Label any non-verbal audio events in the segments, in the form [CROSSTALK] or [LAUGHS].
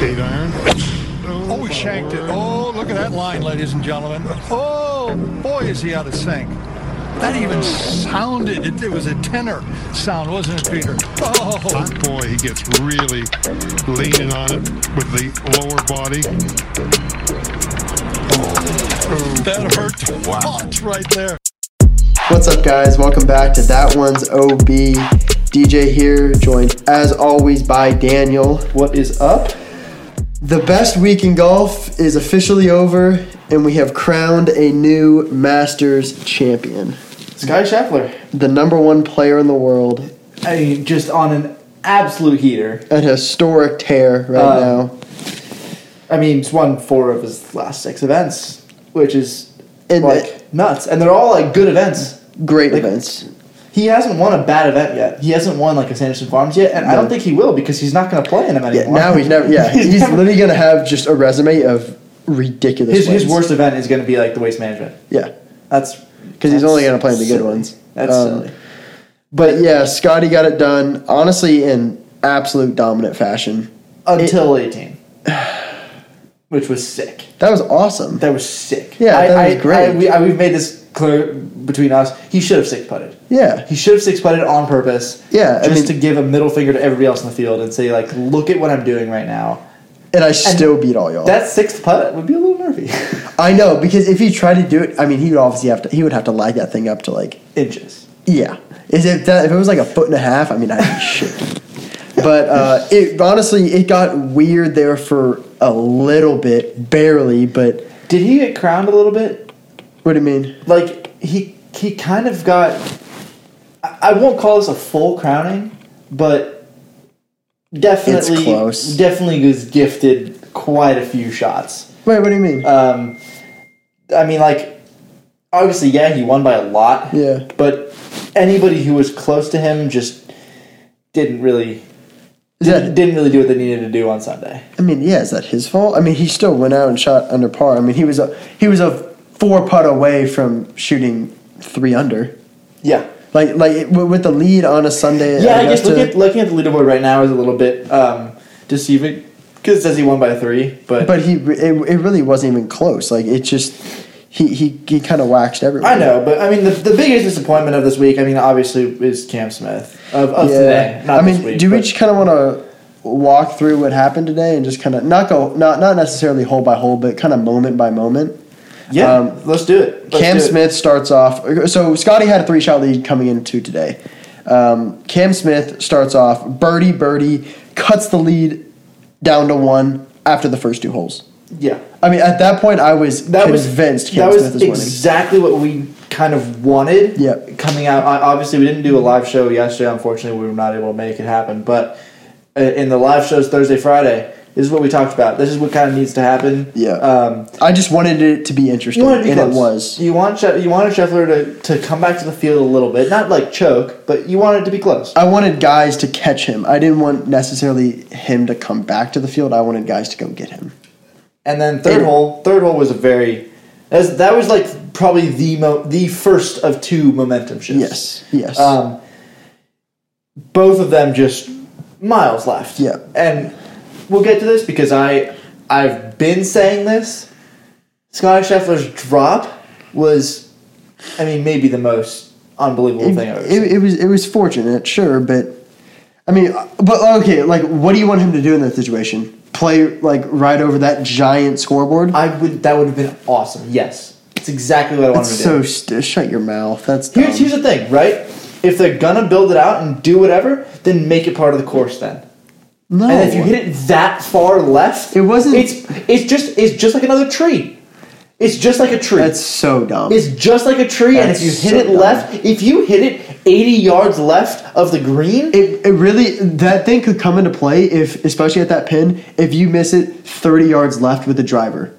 Eight iron. Oh, he shanked it. Oh, look at that line, ladies and gentlemen. Oh, boy, is he out of sync. That even sounded, it, it was a tenor sound, wasn't it, Peter? Oh, Hot boy, he gets really leaning on it with the lower body. that hurt. Wow. right there. What's up, guys? Welcome back to That One's OB. DJ here, joined as always by Daniel. What is up? The best week in golf is officially over, and we have crowned a new Masters champion, Sky Scheffler. the number one player in the world. I mean, just on an absolute heater. An historic tear right Uh, now. I mean, he's won four of his last six events, which is And like it- nuts. And they're all like good events. Great like- events. He hasn't won a bad event yet. He hasn't won like a Sanderson Farms yet, and I don't think he will because he's not going to play in them anymore. Yeah, now he's never. [LAUGHS] Yeah, he's, never- literally gonna have just a resume of ridiculous. his, his wins. worst event is going to be like the waste management. Yeah, That's because he's that's only gonna play the good silly. ones. That's Um, silly. But yeah, Scotty got it done, honestly, in absolute dominant fashion. [SIGHS] until eighteen, which was sick. That was awesome. That was sick. Yeah, I, that was I- great. I, we, I, we've made this clear between us. He should have six putted. Yeah. He should have six putted on purpose. Yeah, I just mean- to give a middle finger to everybody else in the field and say like, look at what I'm doing right now. And I still beat all y'all. That sixth putt would be a little nervy. [LAUGHS] I know, because if he tried to do it, I mean, he would obviously have to, he would have to lag that thing up to like, Inches. yeah. Is it that, if it was like a foot and a half, I mean, I'd be shaking. But uh, it honestly, it got weird there for a little bit, barely, but Did he get crowned a little bit? what do you mean? Like he he kind of got. I, I won't call this a full crowning, but definitely close. definitely was gifted quite a few shots. Wait, what do you mean? Um, I mean, like, obviously, yeah, he won by a lot. Yeah. But anybody who was close to him just didn't really Is that- didn't, didn't really do what they needed to do on Sunday. I mean, yeah, is that his fault? I mean, he still went out and shot under par. I mean, he was a he was a four putt away from shooting three under. Yeah. Like like it- wi- with the lead on a Sunday. Yeah, I guess Augusta- looking at, looking at the leaderboard right now is a little bit um, deceiving because it says he won by three, but, But he re- it, it really wasn't even close. Like it just he he, he kind of waxed everywhere. I know. But I mean, the, the biggest disappointment of this week, I mean, obviously, is Cam Smith of, of today. Not I mean, this week, do we but- just kind of want to walk through what happened today and just kind of not go not not necessarily hole by hole, but kind of moment by moment. yeah, um, let's do it. Let's Cam do it. Smith starts off. So Scotty had a three shot lead coming into today. Um, Cam Smith starts off birdie birdie, cuts the lead down to one after the first two holes. Yeah. I mean, at that point, I was that was convinced Cam that Smith was is winning. exactly what we kind of wanted. Yep. Coming out, I- obviously, we didn't do a live show yesterday. Unfortunately, we were not able to make it happen. But uh, in the live shows Thursday, Friday, this is what we talked about. This is what kind of needs to happen. Yeah. Um, I just wanted it to be interesting, you wanted to be and close. it was. You want Sche- you wanted Scheffler to, to come back to the field a little bit, not like choke, but you wanted to be close. I wanted guys to catch him. I didn't want necessarily him to come back to the field. I wanted guys to go get him. And then third It- hole, third hole was a very that was, that was like probably the mo- the first of two momentum Yes. shifts. Yes. Um, both of them just miles left. Yeah. And we'll get to this because I I've been saying this. Scotty Scheffler's drop was, I mean, maybe the most unbelievable it, thing I've ever seen. it, it was it was fortunate, sure, but I mean, but okay, like, what do you want him to do in that situation? Play like right over that giant scoreboard? I would that would have been awesome. Yes, it's exactly what I wanted That's to so do. st- shut your mouth. That's dumb. Here's here's the thing, right? If they're gonna build it out and do whatever, then make it part of the course then. no. And if you hit it that far left, Oh. It wasn't- It's it's just it's just like another tree. It's just like a tree. that's so dumb. it's just like a tree, and if That's you hit so it dumb. left, if you hit it eighty yards left of the green, It, it really that thing could come into play if, especially at that pin, if you miss it thirty yards left with the driver.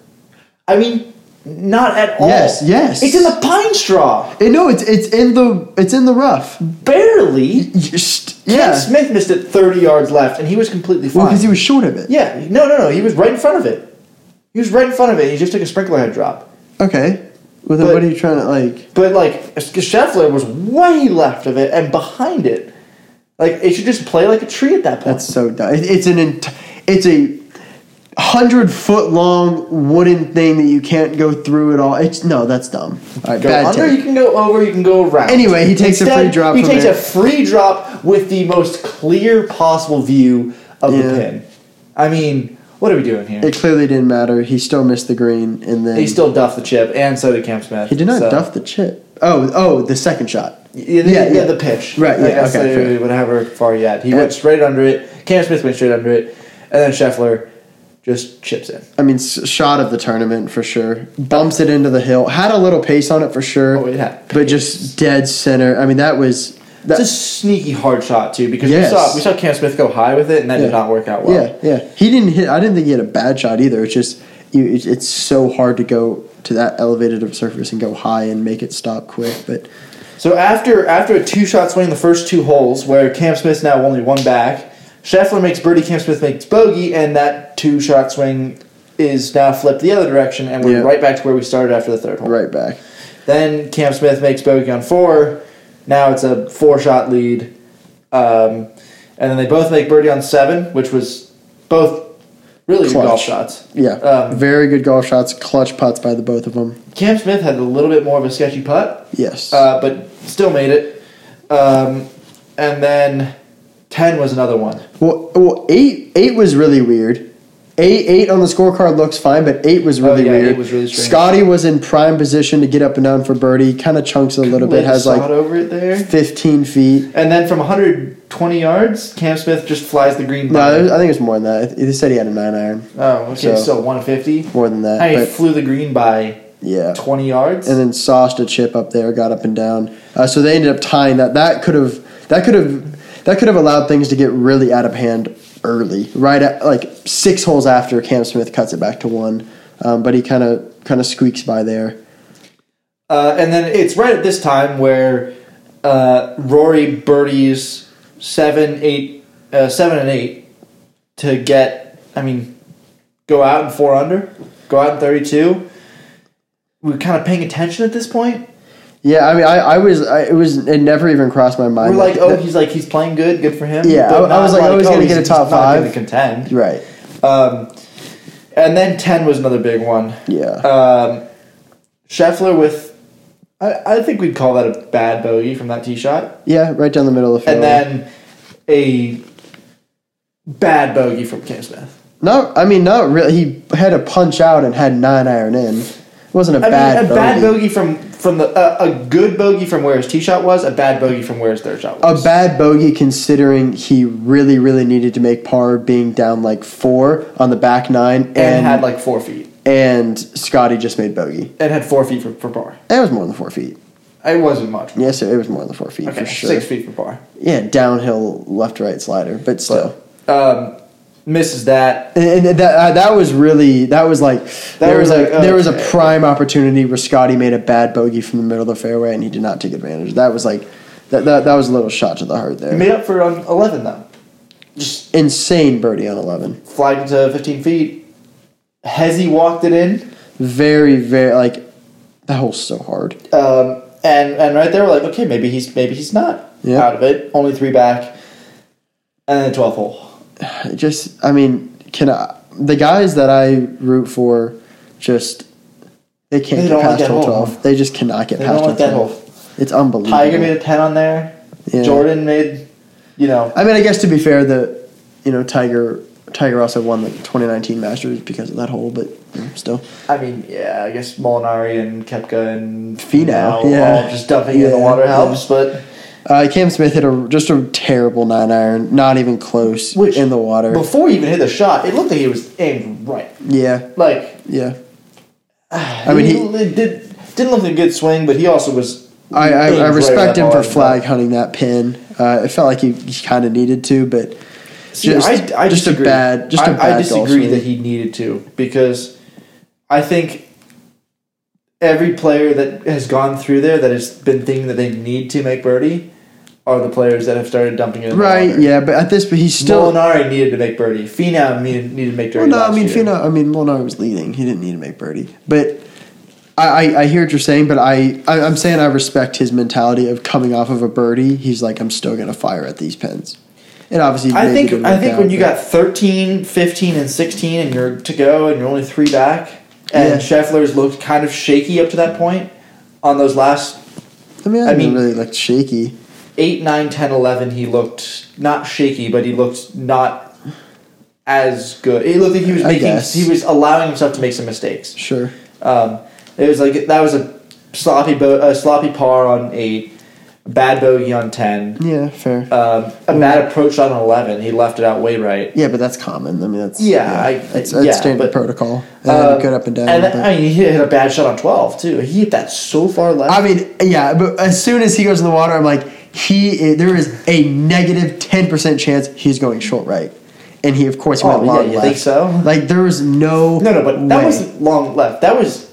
I mean, not at all. Yes, yes. It's in the pine straw, And no, it's it's in the it's in the rough. barely. Just, Ken yeah, Smith missed it thirty yards left, and he was completely fine. well, because he was short of it. yeah, no, no, no. He was right in front of it. He was right in front of it. and He just took a sprinkler head drop. Okay. Well, then But- what are you trying to like? But like Scheffler was way left of it and behind it. Like it should just play like a tree at that point. That's so dumb. It, it's an ent- it's a hundred foot long wooden thing that you can't go through at all. It's no, that's dumb. All right, Go bad under, take. you can go over, you can go around. Anyway, he takes a Instead, free drop He from takes it. a free drop with the most clear possible view of Yeah. the pin. I mean, what are we doing here? It clearly didn't matter. He still missed the green, and then he still duffed the chip, and so did Cam Smith. He did not so. duff the chip. Oh, oh, the second shot. Yeah, the, Yeah, yeah, yeah. the pitch. Right, Like, yeah, that's okay, the- fair. whatever far you had. He And- went straight under it. Cam Smith went straight under it, and then Scheffler just chips in. I mean, s- shot of the tournament for sure. Bumps it into the hill. Had a little pace on it for sure. Oh, it had But just dead center. I mean, that was that. That's a sneaky hard shot too, because Yes. we saw we saw Cam Smith go high with it, and that Yeah. did not work out well. Yeah, yeah. He didn't hit. I didn't think he had a bad shot either. It's just you, it, it's so hard to go to that elevated of a surface and go high and make it stop quick. But So after after a two shot swing the first two holes, where Cam Smith's now only one back, Scheffler makes birdie, Cam Smith makes bogey, and that two shot swing is now flipped the other direction, and we're Yeah. right back to where we started after the third hole. right back. Then Cam Smith makes bogey on four. Now it's a four shot lead, um, and then they both make birdie on seven, which was both really good Clutch. golf shots. Yeah. Um, Very good golf shots. Clutch putts by the both of them. Cam Smith had a little bit more of a sketchy putt. Yes. uh, but still made it. Um, and then ten was another one. Well, well, eight eight was really weird. Eight eight on the scorecard looks fine, but eight was really Oh, yeah, eight weird. was really strange. Scotty was in prime position to get up and down for birdie. Kind of chunks it a little bit. Laid a Has shot like over it there, fifteen feet. and then from 120 yards, Cam Smith just flies the green. No, by. I think it's more than that. They said he had a nine iron, oh, okay, so- so, 150. more than that. I but flew the green by yeah, 20 yards. and then sauced a chip up there, got up and down. Uh, so they ended up tying that. That could have that could have that could have allowed things to get really out of hand early, right at like six holes after Cam Smith cuts it back to one, um, but he kind of kind of squeaks by there. Uh, and then it's right at this time where uh, Rory birdies seven, eight, uh, seven and eight to get. I mean, go out and four under, go out in thirty-two. We're kind of paying attention at this point. Yeah, I mean, I, I was I, it was it never even crossed my We're mind. like, that- oh, that- he's like he's playing good, good for him. Yeah, But I- I was not like, oh, he's gonna he's- get a top he's not gonna five. contend. right, Um, and then ten was another big one. yeah. Um, Scheffler with, I, I think we'd call that a bad bogey from that tee shot. Yeah, right down the middle of the field. and then a bad bogey from Cam Smith. no, I mean not really. He had a punch out and had nine iron in. It wasn't a I bad mean, a bogey. bad bogey from from the uh, a good bogey from where his tee shot was, a bad bogey from where his third shot a was. bad bogey considering he really really needed to make par being down like four on the back nine and and had like four feet, and Scotty just made bogey. and had four feet for, for par. It was more than four feet. It wasn't much. Yes, sir. It was more than four feet Okay, for sure. six feet for par. Yeah, downhill left right slider, but still. Um, misses that. and and that uh, that was really that was like there was, was a like, there was a okay. prime opportunity where Scotty made a bad bogey from the middle of the fairway and he did not take advantage. That was like that that, that was a little shot to the heart there. Made up for on eleven though. Just insane birdie on eleven. Flagged to fifteen feet. Hezzy walked it in. very very like that hole's so hard Um, and and right there, we're like, okay, maybe he's maybe he's not Yeah. out of it. Only three back, and then twelfth hole. Mm-hmm. It just i mean can i the guys that i root for just they can't They get don't like past that hole hole. 12 they just cannot get They past don't like that 12. hole. it's unbelievable Tiger made a ten on there. Yeah. Jordan made, you know, i mean i guess to be fair the you know tiger tiger also won the 2019 masters because of that hole but you know, still I mean, yeah, I guess Molinari and Kepka and Finau, Finau yeah. all just dumping it in the Yeah, water yeah. helps, but uh, cam smith hit a just a terrible nine iron not even close Which- in the water before he even hit the shot, it looked like he was aimed right. yeah Like, yeah i mean he it did didn't look like a good swing, but he also was. I, I, aimed I right at respect that him for ball. flag hunting that pin. Uh, it felt like he, he kind of needed to, but See, just, I, I just disagree. a bad, just a I- bad. I golf disagree swing. that he needed to because I think every player that has gone through there that has been thinking that they need to make birdie are the players that have started dumping it. In The right, water. yeah, but at this, but he's still. Molinari needed to make birdie. Finau needed, needed to make Well, birdie. no, I last mean, year. Fina, I mean, Molinari was leading. He didn't need to make birdie, but I, I, I hear what you're saying. But I, I, I'm saying I respect his mentality of coming off of a birdie. He's like, I'm still gonna fire at these pins. And obviously, I maybe think didn't I work think out, when you but- got 13, 15, and 16 and you're to go and you're only three back and Yeah. Scheffler's looked kind of shaky up to that point on those last I mean, I, I mean, mean- really like shaky. 8, 9, 10, 11 he looked not shaky but he looked not as good. It looked like he was I making guess. he was allowing himself to make some mistakes. Sure. Um, it was like that was a sloppy bo- a sloppy par on 8, a bad bogey on 10. Yeah, fair. Um, a bad approach on 11. He left it out way right. yeah, but that's common. I mean, that's Yeah, I- that's, that's yeah, standard but- protocol. And Uh, then good up and down. And uh, but- I mean, he hit a bad shot on 12, too. He hit that so far left. I mean, yeah, but as soon as he goes in the water, I'm like, he. i- There is a negative ten percent chance he's going short right, and he of course went Oh, yeah, long you left. think so? Like there was no no, no, but that way. wasn't long left. That was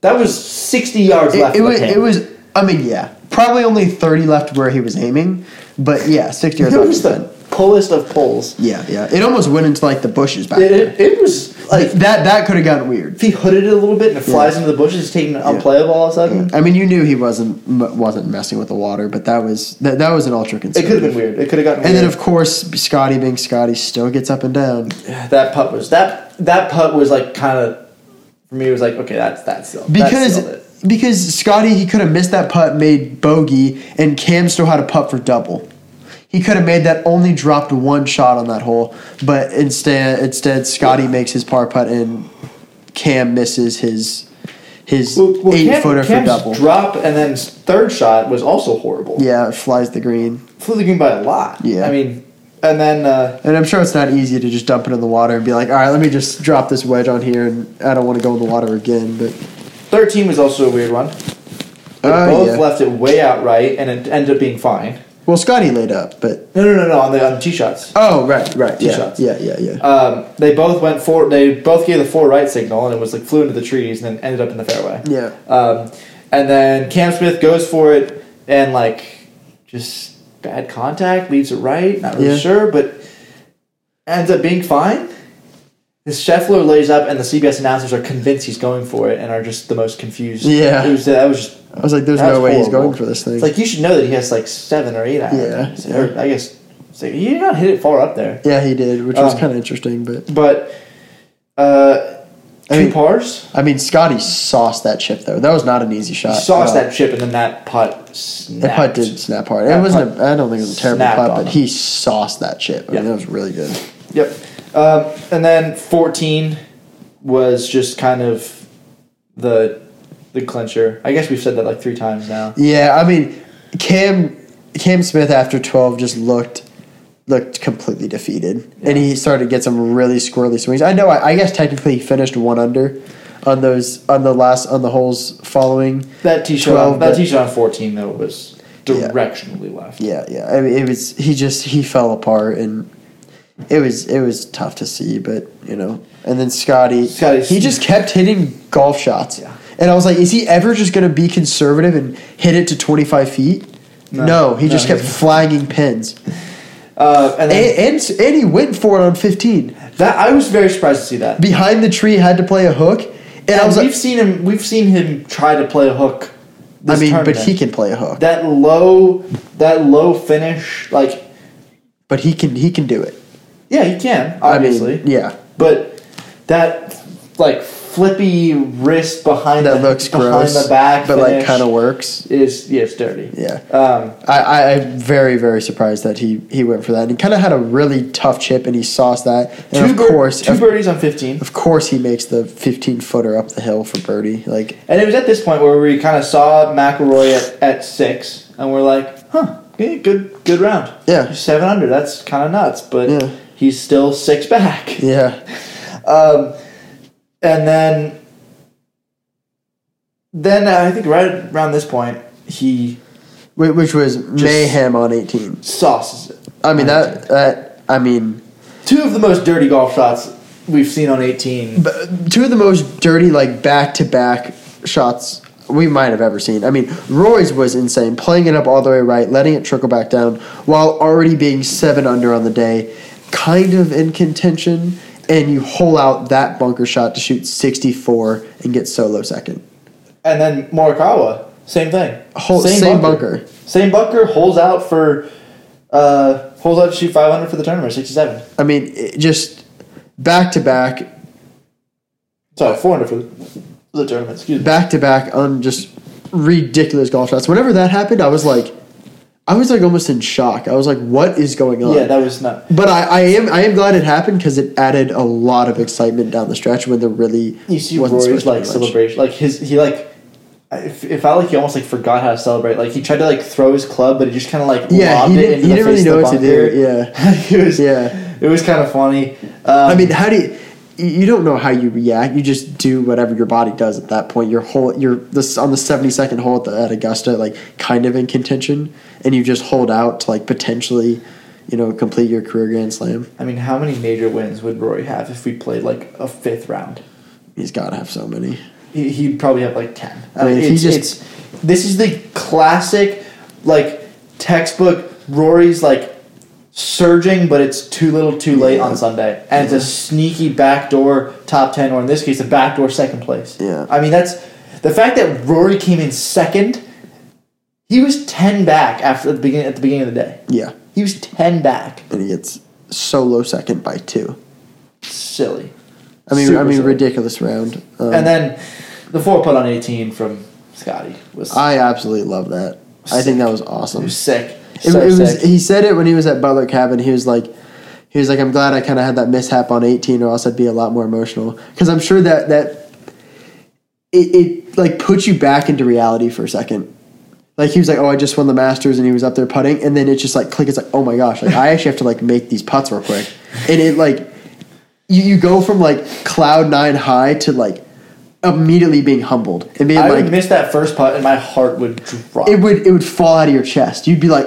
that was 60 yards left. It, it of was. him. It was. I mean, yeah, probably only thirty left where he was aiming, but yeah, sixty yards It left. was was the pullest of pulls. Yeah, yeah. It almost went into like the bushes back It, there. it, it was like Like that. That could have gotten weird. if he hooded it a little bit and it flies into the bushes, it's taking unplayable all of a sudden. I mean, you knew he wasn't m- wasn't messing with the water, but that was that, that was an ultra It could have conservative. been weird. It could have gotten And then, weird. of course, Scotty being Scotty still gets up and down. that putt was that that putt was like kind of for me. It was like okay, that's that's still because That's it. because Scotty he could have missed that putt, made bogey, and Cam still had a putt for double. He could have made that, only dropped one shot on that hole, but instead instead Scotty makes his par putt and Cam misses his his Well, well, eight Cam- footer for Cam's double. drop and then his third shot was also horrible. yeah, it flies the green, flew the green by a lot. Yeah. I mean, and then uh, and I'm sure it's not easy to just dump it in the water and be like, all right, let me just drop this wedge on here, and I don't want to go in the water again. But 13 was also a weird one. They Oh, both yeah. left it way out right, and it ended up being fine. well, Scotty laid up, but No, no, no, no, on the on the tee shots. oh right, right, Tee yeah, shots. yeah, yeah, yeah. Um, they both went for. They both gave the four right signal, and it was like flew into the trees, and then ended up in the fairway. Yeah. Um, and then Cam Smith goes for it, and like just bad contact leaves it right. Not really Yeah. sure, but ends up being fine. This Scheffler lays up, and the CBS announcers are convinced he's going for it, and are just the most confused. Yeah. it was, that was just I was like, there's that no was way he's horrible. going for this thing. It's like you should know that he has like seven or eight irons. Yeah, Or, I guess so you did not hit it far up there, Yeah, he did, which was Um, kind of interesting. But but uh, two I mean- pars. I mean, Scotty sauced that chip though. That was not an easy shot. He sauced Uh, that chip, and then that putt. Snapped. That putt did snap hard. It That wasn't. putt A, I don't think it was a terrible snapped putt, on but him. he sauced that chip. I mean, Yeah. that was really good. Yep. Um, and then 14 was just kind of the the clincher. I guess we've said that like three times now. Yeah, I mean, Cam Cam Smith after twelve just looked looked completely defeated, and he started to get some really squirrely swings. I know. I, I guess technically he finished one under on those on the last on the holes following. That tee shot, 12, on, that but- tee shot on 14 though was directionally left. Yeah, yeah. I mean, it was he just he fell apart, and it was it was tough to see. But you know, and then Scotty, Scotty's- he just kept hitting golf shots. Yeah. And I was like, is he ever just going to be conservative and hit it to twenty five feet? No, No. he just No, kept flagging pins, Uh, and then and, and and he went for it on fifteen that I was very surprised to see that. behind the tree. Had to play a hook, and, I And was we've like, seen him. We've seen him try to play a hook. I this mean, but tournament. he can play a hook, that low, that low finish. Like, but he can he can do it. yeah, he can obviously, I mean, yeah. but that like flippy wrist behind That the, looks behind gross, the back, but like finish kind of works. is yeah, it's dirty. Yeah. Um, I, I, I'm very, very surprised that he, he went for that. And he kind of had a really tough chip, and he sauced that. And two, of bir- course, two of, birdies on fifteen, of course, he makes the 15 footer up the hill for birdie. Like, and it was at this point where we kind of saw McElroy at, at six, and we're like, huh, yeah, good, good round. Yeah. seven under. That's kind of nuts, but Yeah. he's still six back. yeah, Um, and then, then I think right around this point, he Wh- which was mayhem on 18. sauces it. I mean that that I mean Two of the most dirty golf shots we've seen on 18. b- Uh, two of the most dirty like back to back shots we might have ever seen. I mean Roy's was insane, playing it up all the way right, letting it trickle back down while already being seven under on the day, kind of in contention, and you hole out that bunker shot to shoot sixty four and get solo second. And then Morikawa, same thing. Hole, same, bunker. Same bunker, holes out for uh, Pulls out to shoot 500 for the tournament, 67. I mean, it just back to back, Sorry, 400 for the, the tournament. Excuse me. back to back on just ridiculous golf shots. Whenever that happened, I was like, I was like almost in shock. I was like, what is going on? Yeah, that was not. but I, I am I am glad it happened because it added a lot of excitement down the stretch when there really You see wasn't supposed Rory's to be like much. celebration, like his he like. If it felt like he almost like forgot how to celebrate. Like he tried to like throw his club, but he just kind of like Yeah, lobbed he it didn't, into he the didn't really face of know the what to do. bunker. Yeah, [LAUGHS] it was Yeah. it was kind of funny. Um, I mean, how do you? you- You don't know how you react. You just do whatever your body does at that point. Your whole, you're this on the seventy second hole at, the, at Augusta, like kind of in contention, and you just hold out to like potentially, you know, complete your career Grand Slam. I mean, how many major wins would Rory have if we played like a fifth round? He's got to have so many. He, he'd probably have like ten. I Right, mean, if he it's, just- it's this is the classic, like textbook Rory's like surging, but it's too little, too late on Sunday, and it's a sneaky backdoor top ten, or in this case, a backdoor second place. Yeah. I mean that's the fact that Rory came in second. He was ten back after the beginning at the beginning of the day. Yeah, He was ten back. and he gets solo second by two. Silly. I mean, I Super mean, silly. ridiculous round. Um, and then the four putt on 18 from Scotty was, I absolutely love that. I think that was awesome. was sick. It, so it was. sick. He said it when he was at Butler Cabin. He was like, he was like, I'm glad I kind of had that mishap on 18, or else I'd be a lot more emotional. Because I'm sure that that it, it like puts you back into reality for a second. Like he was like, oh, I just won the Masters, and he was up there putting, and then it's just like click. It's like, oh my gosh, like I actually have to like make these putts real quick, and it like you, you go from like cloud nine high to like immediately being humbled and being I like, would miss that first putt and my heart would drop. it would it would fall out of your chest. You'd be like,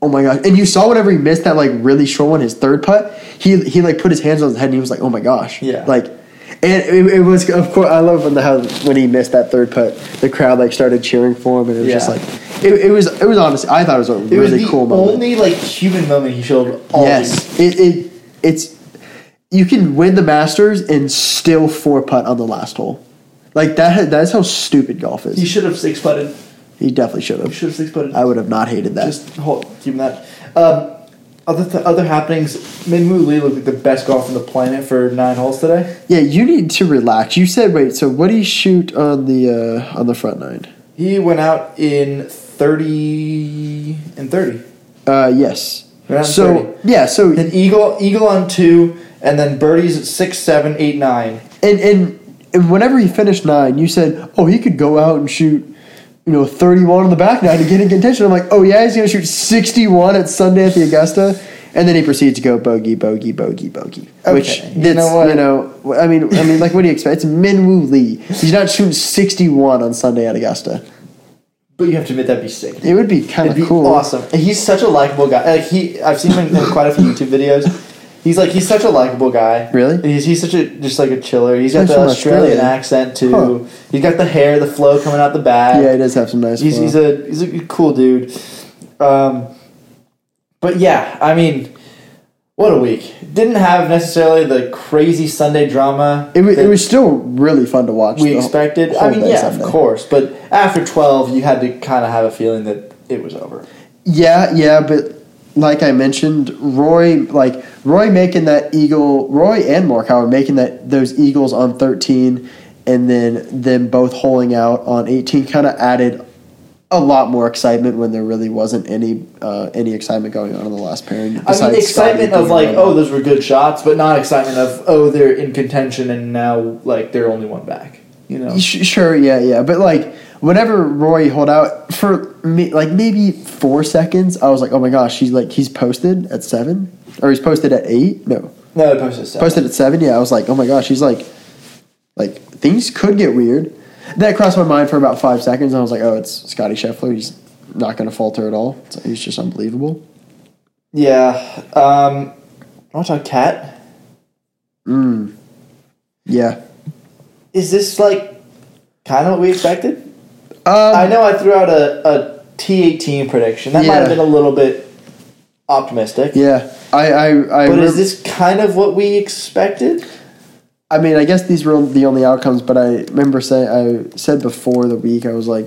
oh my gosh. And you saw whenever he missed that like really short one, his third putt, he he like put his hands on his head and he was like, oh my gosh. Yeah. Like and it, it was of course I love when the how when he missed that third putt, the crowd like started cheering for him and it was just Yeah. like it, it was it was honestly I thought it was a It was really the cool moment. only like human moment he showed all week. yes. It, it it's you can win the Masters and still four putt on the last hole. Like that that's how stupid golf He is. should have six putted. He definitely should He have. should have six putted. I would have not hated that. Just hold, keep that. Um, other th- other happenings. Minwoo Lee looked like the best golfer on the planet for nine holes today. Yeah, you need to relax. You said wait. So what do you shoot on the uh, on the front nine? He went out in thirty and thirty. Uh, yes. Around so 30. yeah. So Then eagle eagle on two, and then birdies at six, seven, eight, nine. and, and and whenever he finished nine, you said, oh, he could go out and shoot, you know, thirty one on the back nine to get in contention. I'm like, oh yeah, he's gonna shoot sixty one at Sunday at the Augusta, and then he proceeds to go bogey, bogey, bogey, bogey. Which Okay, you you know know, what? you know, I mean, I mean, like, what do you expect? It's Minwoo Lee. He's not shooting sixty one on Sunday at Augusta. But you have to admit that'd be sick. It would be kind It'd be of cool. awesome. And he's such a likable guy. Like he, I've seen him in quite a few YouTube videos. He's like he's such a likable guy. Really? He's, he's such a just like a chiller. He's got He's the from Australian Australia. accent too. Huh. He's got the hair, the flow coming out the back. Yeah, he does have some nice. he's, flow. he's a he's a cool dude. Um, but yeah, I mean, what a week! Didn't have necessarily the crazy Sunday drama. It was, that- it was still really fun to watch. we the expected. whole I mean, day yeah, Sunday. of course. But after twelve, you had to kind of have a feeling that it was over. Yeah, yeah, but like I mentioned, Roy, like Roy making that eagle, Roy and Morikawa making that those eagles on thirteen, and then them both holing out on eighteen, kind of added a lot more excitement when there really wasn't any uh, any excitement going on in the last pairing. I besides mean, excitement Scotty of like, being oh, on. those were good shots, but not excitement of oh, they're in contention and now like they're only one back. You know, Sh- Sure, yeah, yeah, but like whenever Roy hold out for me, like maybe four seconds, I was like, oh my gosh, he's like he's posted at seven or he's posted at eight, no, no, they posted stuff. posted at seven. Yeah, I was like, oh my gosh, he's like, like things could get weird. That crossed my mind for about five seconds. And I was like, oh, it's Scotty Scheffler. He's not going to falter at all. So he's just unbelievable. Yeah. Um, want to talk cat? Yeah. Is this like kind of what we expected? I Um, know I threw out a, a T eighteen prediction. That might have Yeah. been a little bit optimistic. yeah. I, I, I, But rem- is this kind of what we expected? I mean, I guess these were the only outcomes, but I remember saying I said before the week I was like,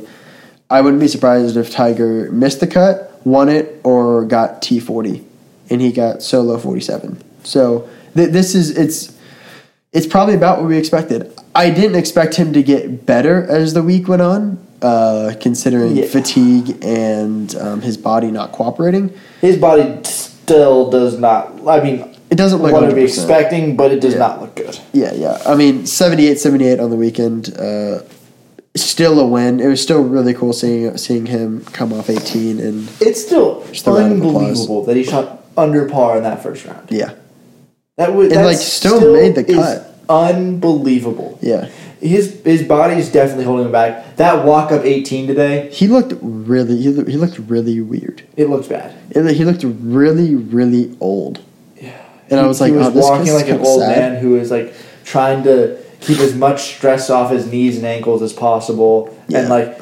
I wouldn't be surprised if Tiger missed the cut, won it, or got T forty, and he got solo 47. So th- this is it's it's probably about what we expected. I didn't expect him to get better as the week went on, uh, considering Yeah. fatigue and um, his body not cooperating. His body still does not. I mean, It doesn't look what are we 100%. expecting? But it does not look good. Yeah, yeah. I mean, 78 78 on the weekend. Uh, still a win. It was still really cool seeing seeing him come off 18 and It's still Just a round of applause. unbelievable that he shot under par in that first round. yeah. That would And, like, that's still made the is cut. Unbelievable. Yeah. His his body's definitely holding him back. That walk up 18 today, He looked really he, loo- he looked really weird. it looks bad. It, he looked really really old. And I He- was like, he was oh, this walking guy's like an kinda old sad. man who is like trying to keep as much stress off his knees and ankles as possible, and Yeah. like,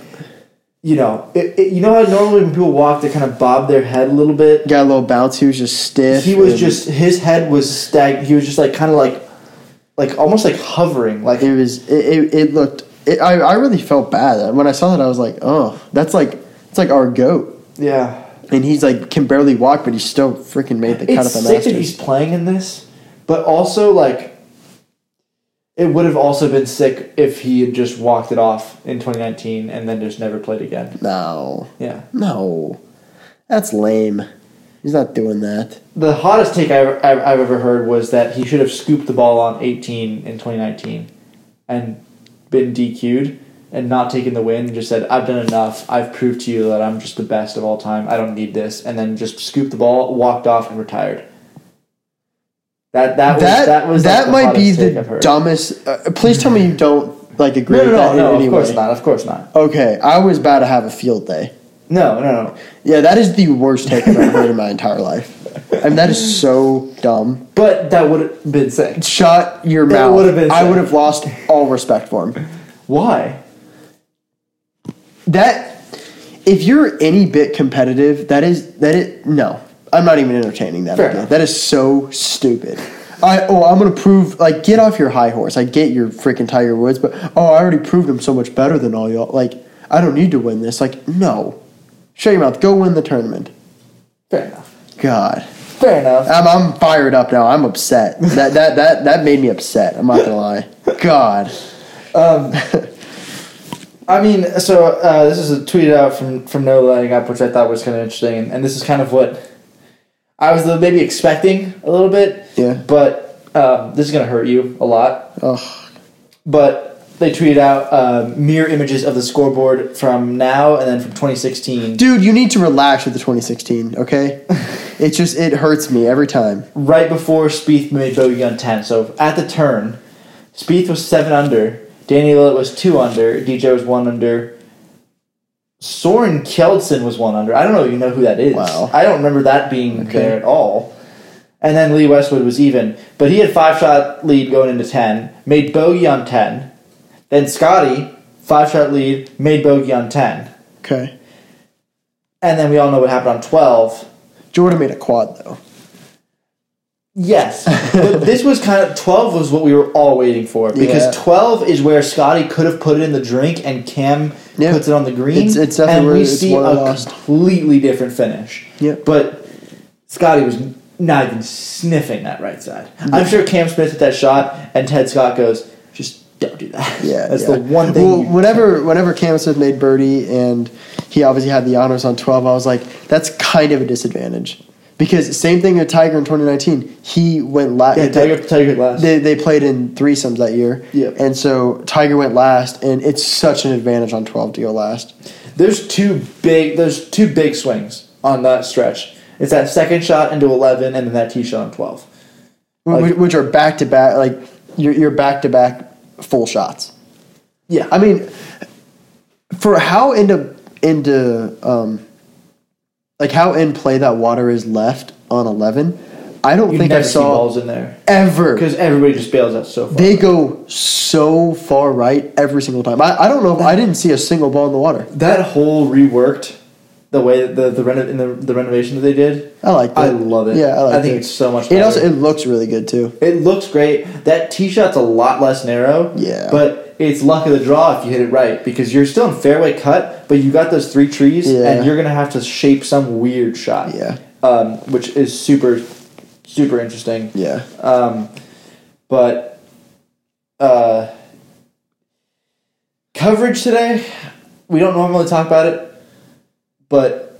you know, it, it, you know how normally when people walk, they kind of bob their head a little bit. Got a little bounce. He was just stiff. he was and just his head was stag. He was just like kind of like, like almost like hovering. Like It was. It, it, it looked. It, I I really felt bad when I saw that. I was like, oh, that's like it's like our goat. yeah, And he's like can barely walk, but he still freaking made the cut it's at the sick that Masters. he's playing in this, but also like. It would have also been sick if he had just walked it off in 2019 and then just never played again. No, Yeah. no, that's lame. He's not doing that. The hottest take I've, I've, I've ever heard was that he should have scooped the ball on 18 in 2019 and been DQ'd and not taken the win and just said, I've done enough. I've proved to you that I'm just the best of all time. I don't need this. And then just scooped the ball, walked off, and retired. That, that, that was that was like, that the might be hottest take I've the heard. dumbest. Uh, please tell me you don't like agree No, no, with no, that no in of any course way. not. Of course not. Okay, I was about to have a field day. No, no, no. Yeah, that is the worst take I've ever heard in my entire life. And that is so dumb. But that would have been sick. Shut your That mouth. would've been I sick. would have lost all respect for him. Why? That if you're any bit competitive, that is that it no. I'm not even entertaining that Fair idea. enough. That is so stupid. I oh I'm gonna prove like get off your high horse. I get your freaking Tiger Woods, but oh I already proved him so much better than all y'all. Like I don't need to win this. Like no, shut your mouth. Go win the tournament. Fair enough. God, Fair enough. I'm I'm fired up now. I'm upset. That that that that made me upset. I'm not gonna lie. God. I mean, so uh, this is a tweet out from from Nola I got, which I thought was kind of interesting, and, and this is kind of what I was maybe expecting a little bit. Yeah. But um, this is gonna hurt you a lot. Oh, But they tweeted out uh, mirror images of the scoreboard from now and then from 2016. dude, you need to relax with the 2016. Okay, it just it hurts me every time. right before Spieth made bogey on 10. So at the turn, Spieth was 7 under, Danny Willett was 2 under, DJ was 1 under, Soren Kjeldsen was 1 under. I don't know you know who that is. Wow. I don't remember that being there at all. And then Lee Westwood was even, but he had 5 shot lead going into 10, made bogey on 10. Then Scotty, 5 shot lead, made bogey on 10. Okay. And then we all know what happened on 12. Jordan made a quad though. [LAUGHS] Yes, but this was kind of twelve was what we were all waiting for because Yeah. twelve is where Scotty could have put it in the drink and Cam Yeah. puts it on the green. It's- it's definitely and we where it's see more a lost. completely different finish. Yeah. but Scotty was not even sniffing that right side. I'm sure Cam Smith hit that shot and Ted Scott goes, "Just don't do that." Yeah, [LAUGHS] that's yeah. the one thing. Well, you- whenever whenever Cam Smith made birdie and he obviously had the honors on 12, I was like, that's kind of a disadvantage because same thing with Tiger in 2019. He went last. yeah, Tiger, Tiger last. They, they played in threesomes that year. Yeah. And so Tiger went last, and it's such an advantage on 12 to go last. There's two big there's two big swings on that stretch. It's that second shot into eleven and then that tee shot on twelve. Wh- Like- which are back to back, like you're, you're back to back full shots. Yeah. I mean, for how into into um, like how in play that water is left on eleven, I don't You think I never see saw balls in there ever. because everybody just bails out so far. They go so far right every single time. I, I don't know. if I didn't see a single ball in the water. that whole reworked the way that the the, reno- in the the renovation that they did. I like. That. I love it. Yeah, I like. I think that. it's so much It also it better. looks really good too. It looks great. That tee shot's a lot less narrow. Yeah. But it's luck of the draw if you hit it right because you're still in fairway cut, but you got those three trees Yeah. and you're gonna have to shape some weird shot. Yeah. um, which is super, super interesting. Yeah. Um, but uh, coverage today, we don't normally talk about it, but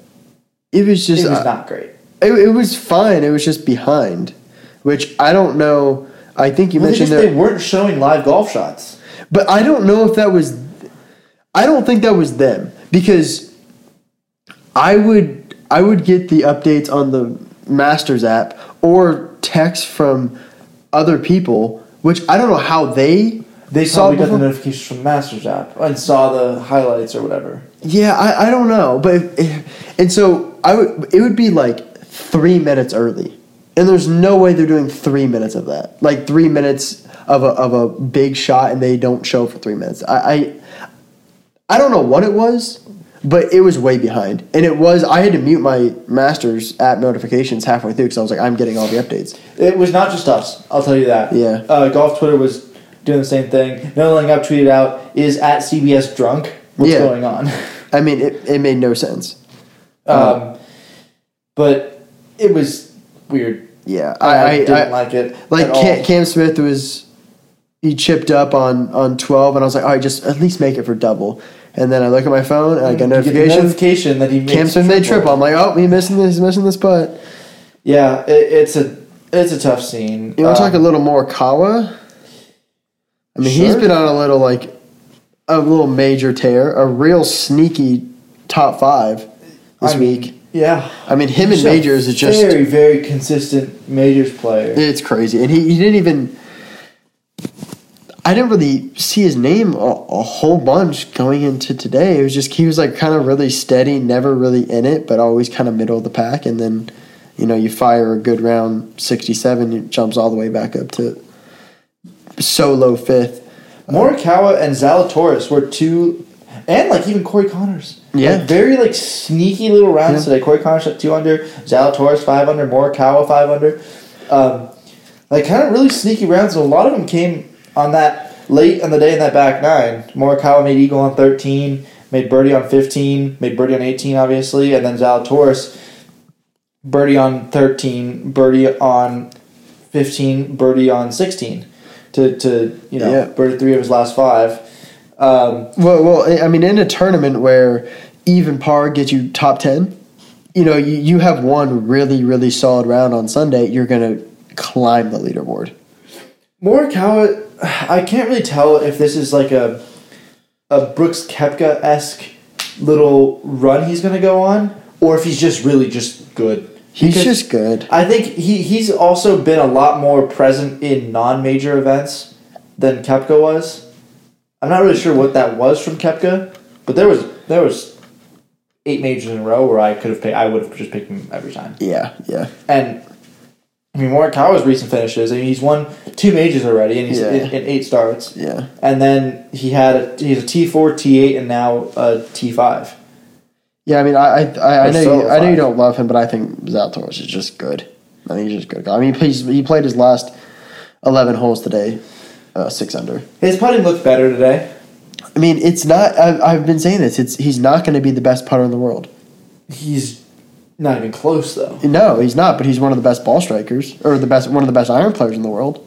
It was it just was uh, not great. it, it was fine. It was just behind, which I don't know. I think you Well, they, mentioned just, there, they weren't showing live golf shots. but I don't know if that was. I don't think that was them because I would I would get the updates on the Masters app or text from other people, which I don't know how they they saw. Probably got the before. notifications from the Masters app and saw the highlights or whatever. Yeah, I, I don't know, but if, if, and so I would it would be like three minutes early, and there's no way they're doing three minutes of that, like three minutes of a of a big shot, and they don't show for three minutes. I I, I don't know what it was, but it was way behind, and it was I had to mute my Masters app notifications halfway through because I was like I'm getting all the updates. It was not just us. I'll tell you that. Yeah. Uh, golf Twitter was doing the same thing. No link I've tweeted out is at CBS drunk. What's Yeah. going on? I mean, it it made no sense. Uh-huh. Um, but it was weird. Yeah, I, didn't like it. Like at all. Cam, Cam Smith was, he chipped up on on twelve, and I was like, all right, just at least make it for double. And then I look at my phone, and I get a Mm. You get the notification. notification that he Cam makes Smith made triple. I'm like, oh, he's missing this, he's missing this putt. Yeah, it, it's a it's a tough scene. You want to Um, talk a little more Kawa? I mean, he's Sure. been on a little like a little major tear, a real sneaky top five this I mean, week. Yeah, I mean, him He's and a majors is just very very consistent majors player. It's crazy, and he, he didn't even. I didn't really see his name a, a whole bunch going into today. It was just he was like kind of really steady, never really in it, but always kind of middle of the pack. And then, you know, you fire a good round sixty-seven, it jumps all the way back up to solo fifth. Morikawa and Zalatoris were two, and like even Corey Connors. Yeah. Like, very like sneaky little rounds Yeah. today. Corey Connors at two under, Zalatoris five under, Morikawa five under. Um, like kind of really sneaky rounds, and a lot of them came on that late in the day in that back nine. Morikawa made eagle on thirteen, made birdie on fifteen, made birdie on eighteen, obviously, and then Zalatoris birdie on 13, birdie on 15, birdie on 16 to, to you know, Yeah. birdie three of his last five. Um, Well, well, I mean, in a tournament where even par gets you top ten, you know, you, you have one really really solid round on Sunday, you're gonna climb the leaderboard. Morikawa, I can't really tell if this is like a, a Brooks Kepka esque little run he's going to go on or if he's just really just good. He's Because just good. I think he, he's also been a lot more present in non major events than Kepka was. I'm not really sure what that was from Kepka, but there was there was eight majors in a row where I could have picked I would have just picked him every time. Yeah, yeah. And I mean Morikawa's recent finishes, I mean he's won two majors already and he's Yeah. in, in eight starts. Yeah. And then he had a he's a T four, T eight and now a T five. Yeah, I mean, I I, I, I Or know solo you, I know you five. don't love him, but I think Zalatoris is just good. I mean, he's just good. I mean, he plays, he played his last eleven holes today, uh, six under. His putting looked better today. I mean, it's not. I've, I've been saying this. It's he's not going to be the best putter in the world. He's not even close though. No, he's not. But he's one of the best ball strikers, or the best one of the best iron players in the world.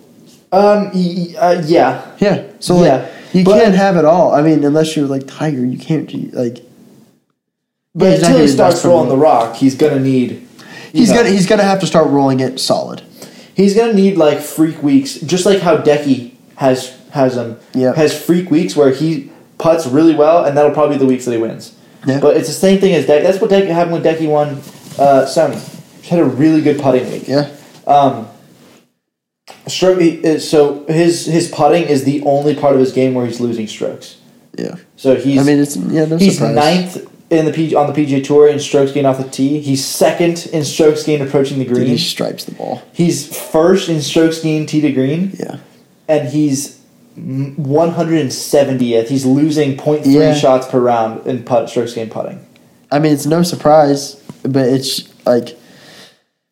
Um. y- y- Uh, yeah. Yeah. So like, Yeah, you but- can't have it all. I mean, unless you're like Tiger, you can't you- like. But he's not until gonna be he the starts best player in rolling the the rock, he's gonna need. you He's know, gonna he's gonna have to start rolling it solid. He's gonna need like freak weeks, just like how Decky has has him. Yeah. Has freak weeks where he puts really well, and that'll probably be the weeks that he wins. Yeah. But it's the same thing as Decky. That's what Decky happened when Decky won. Uh, Sony. Just had a really good putting week. Yeah. Um. Stroke. he- uh, So his his putting is the only part of his game where he's losing strokes. Yeah. So he's. I mean, it's yeah. No He's surprise. ninth in the P- on the PGA Tour in strokes gained off the tee. He's second in strokes gained approaching the Dude, green. he stripes the ball. He's first in strokes gained tee to green, Yeah. and he's m- 170th. He's losing 0.3 Yeah. shots per round in putt strokes gained putting. I mean, it's no surprise, but it's like,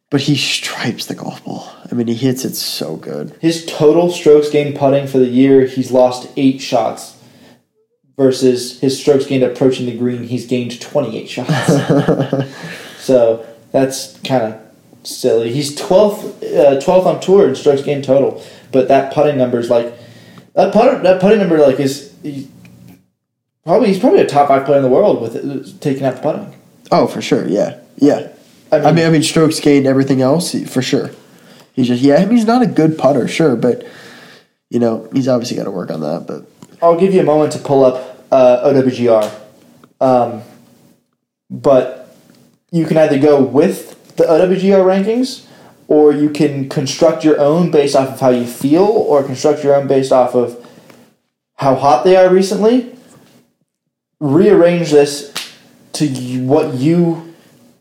but he stripes the golf ball. I mean, he hits it so good. His total strokes gained putting for the year, he's lost eight shots. Versus his strokes gained approaching the green, he's gained 28 shots. so That's kind of silly. He's 12th, uh, 12th on tour in strokes gained total, but that putting number is like that putter that putting number like is he's probably he's probably a top five player in the world with it, taking out the putting. Oh, for sure. Yeah. Yeah. I I mean- mean, I mean, strokes gained, everything else, he- for sure. He's just, yeah, I mean, he's not a good putter, sure, but, you know, he's obviously got to work on that. But I'll give you a moment to pull up uh, OWGR. Um, but you can either go with the OWGR rankings or you can construct your own based off of how you feel or construct your own based off of how hot they are recently. Rearrange this to y- what you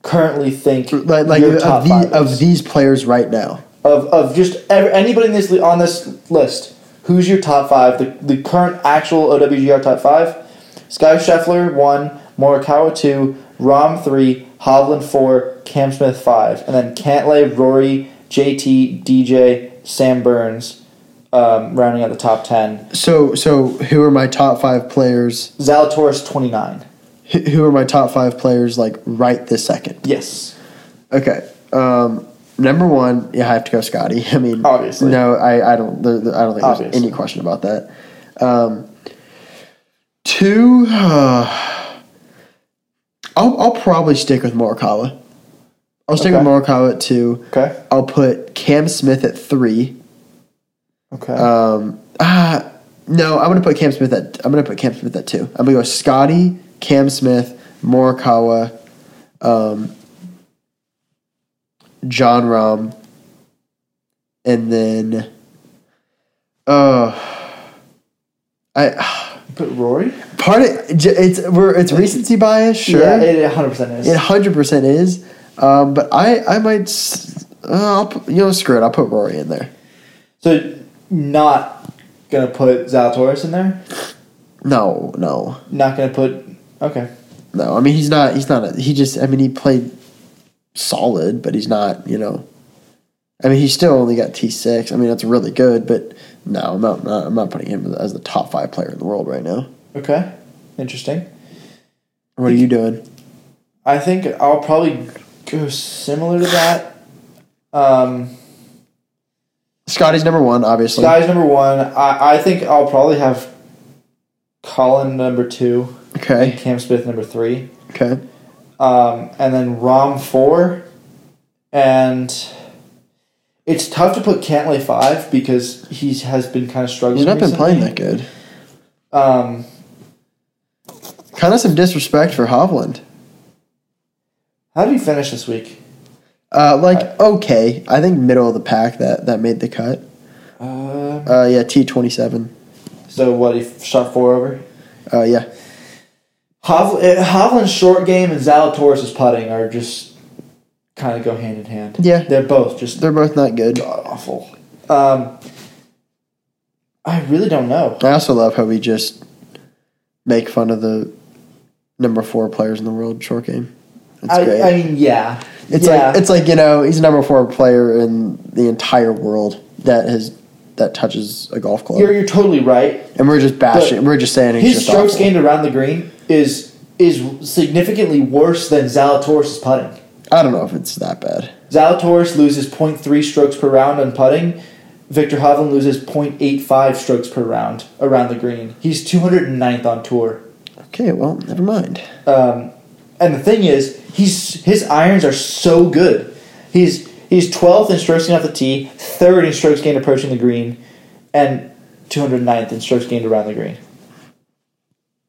currently think like, like your of, top the, five of is. these players right now, of, of just ev anybody in this li- on this list. Who's your top five? The, the current actual OWGR top five: Sky Scheffler one, Morikawa two, Rom three, Hovland four, Cam Smith five, and then Cantlay, Rory, JT, DJ, Sam Burns, um, rounding out the top ten. so so who are my top five players? Zalatoris twenty nine. Who- Who are my top five players like right this second? Yes. Okay. Um, number one, yeah, I have to go, Scotty. [LAUGHS] I mean, Obviously. no, I, I don't. There, there- I don't think Obviously. there's any question about that. Um, two, uh, I'll, I'll probably stick with Morikawa. I'll stick Okay. with Morikawa at two. Okay. I'll put Cam Smith at three. Okay. Um, ah, no, I'm gonna put Cam Smith at. I'm gonna put Cam Smith at two. I'm gonna go Scotty, Cam Smith, Morikawa, um, John Rom, and then, uh, I Put Rory. part of j- it's we're it's recency bias, sure, Yeah, it one hundred percent is. it hundred percent is, um, but I I might. s- Uh, I'll, put- you know, screw it. I'll put Rory in there. So not gonna put Zalatoris in there. No, no. Not gonna put. Okay. No, I mean he's not. He's not. A, he just. I mean he played solid, but he's not. You know, I mean he's still only got T six. I mean that's really good, but no, I'm not. not I'm not putting him as the top five player in the world right now. Okay, interesting. What are you doing? I think I'll probably go similar to that. Um, Scotty's number one, obviously. Sky's number one. I, I think I'll probably have Colin number two, Okay. Cam Smith number three, Okay. um, and then Rom four. And it's tough to put Cantley five because he has been kind of struggling. He's not been recently. playing that good. Um, Kind of some disrespect for Hovland. how did he finish this week? Uh, like okay, I think middle of the pack that that made the cut. Uh, Uh, yeah, T twenty seven. so what he shot four over. Uh, yeah. Hovland, Hovland's eh, short game and Zalatoris' putting are just kind of go hand in hand. Yeah. They're both just They're both not good. god awful. Um, I really don't know. I also love how we just make fun of the number four players in the world short game. It's great. I, I mean, yeah. it's yeah. like it's like you know he's a number four player in the entire world that has that touches a golf club, you're, you're totally right. and we're just bashing. but We're just saying he's His just strokes awful. gained around the green is is significantly worse than Zalatoris' putting. I don't know if it's that bad. Zalatoris loses 0.3 strokes per round on putting. Victor Hovland loses 0.85 strokes per round around the green. He's 209th on tour. Okay, well, never mind. Um, and the thing is, he's his irons are so good. He's he's twelfth in strokes gained off the tee, third in strokes gained approaching the green, and 209th in strokes gained around the green.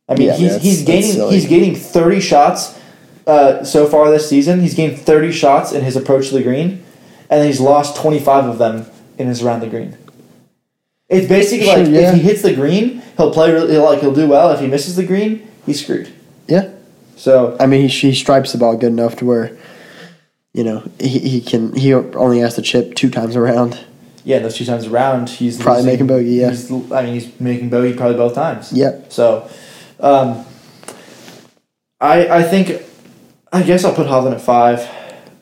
I mean, Yeah, he's that's- he's that's gaining silly. he's gaining thirty shots uh, so far this season. He's gained thirty shots in his approach to the green, and he's lost twenty five of them in his around the green. It's basically Sure, like yeah. if he hits the green, he'll play really he'll, like he'll do well. If he misses the green, he's screwed. Yeah, So I mean he she stripes the ball good enough to where you know he, he can he only has to chip two times around. Yeah, those two times around, he's Probably making bogey, yeah. he's l- I mean, he's making bogey probably both times. Yep. So, um, I I think I guess I'll put Hovland at five.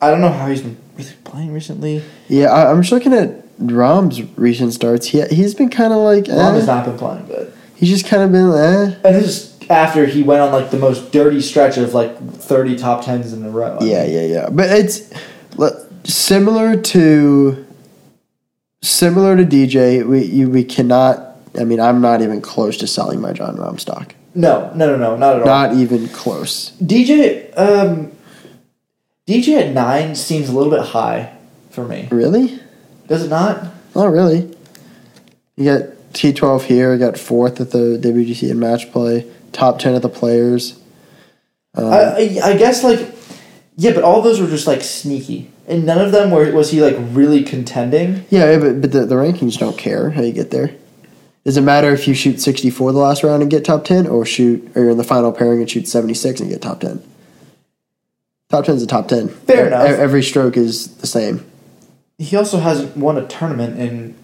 I don't know how he's been really playing recently. Yeah, I, I'm just looking at Rom's recent starts. He he's been kind of like Rom eh. has not been playing, but He's just kind of been eh. and this is after he went on like the most dirty stretch of like thirty top tens in a row. I Yeah, mean, yeah, yeah. But it's l- similar to similar to DJ. We you, we cannot. I mean, I'm not even close to selling my John Rom stock. No, no, no, no, not at all. Not even close. DJ, um, DJ at nine seems a little bit high for me. Really? Does it not? Not really. You got T12 here. You got fourth at the WGC in match play. Top ten at the players. I, I, I guess like, yeah, but all those were just like sneaky, and none of them were was he like really contending. Yeah, yeah, but but the, the rankings don't care how you get there. Does it matter if you shoot 64 the last round and get top 10, or shoot or you're in the final pairing and shoot 76 and get top 10? Top 10 is a top 10. Fair E- enough. e- Every stroke is the same. He also hasn't won a tournament in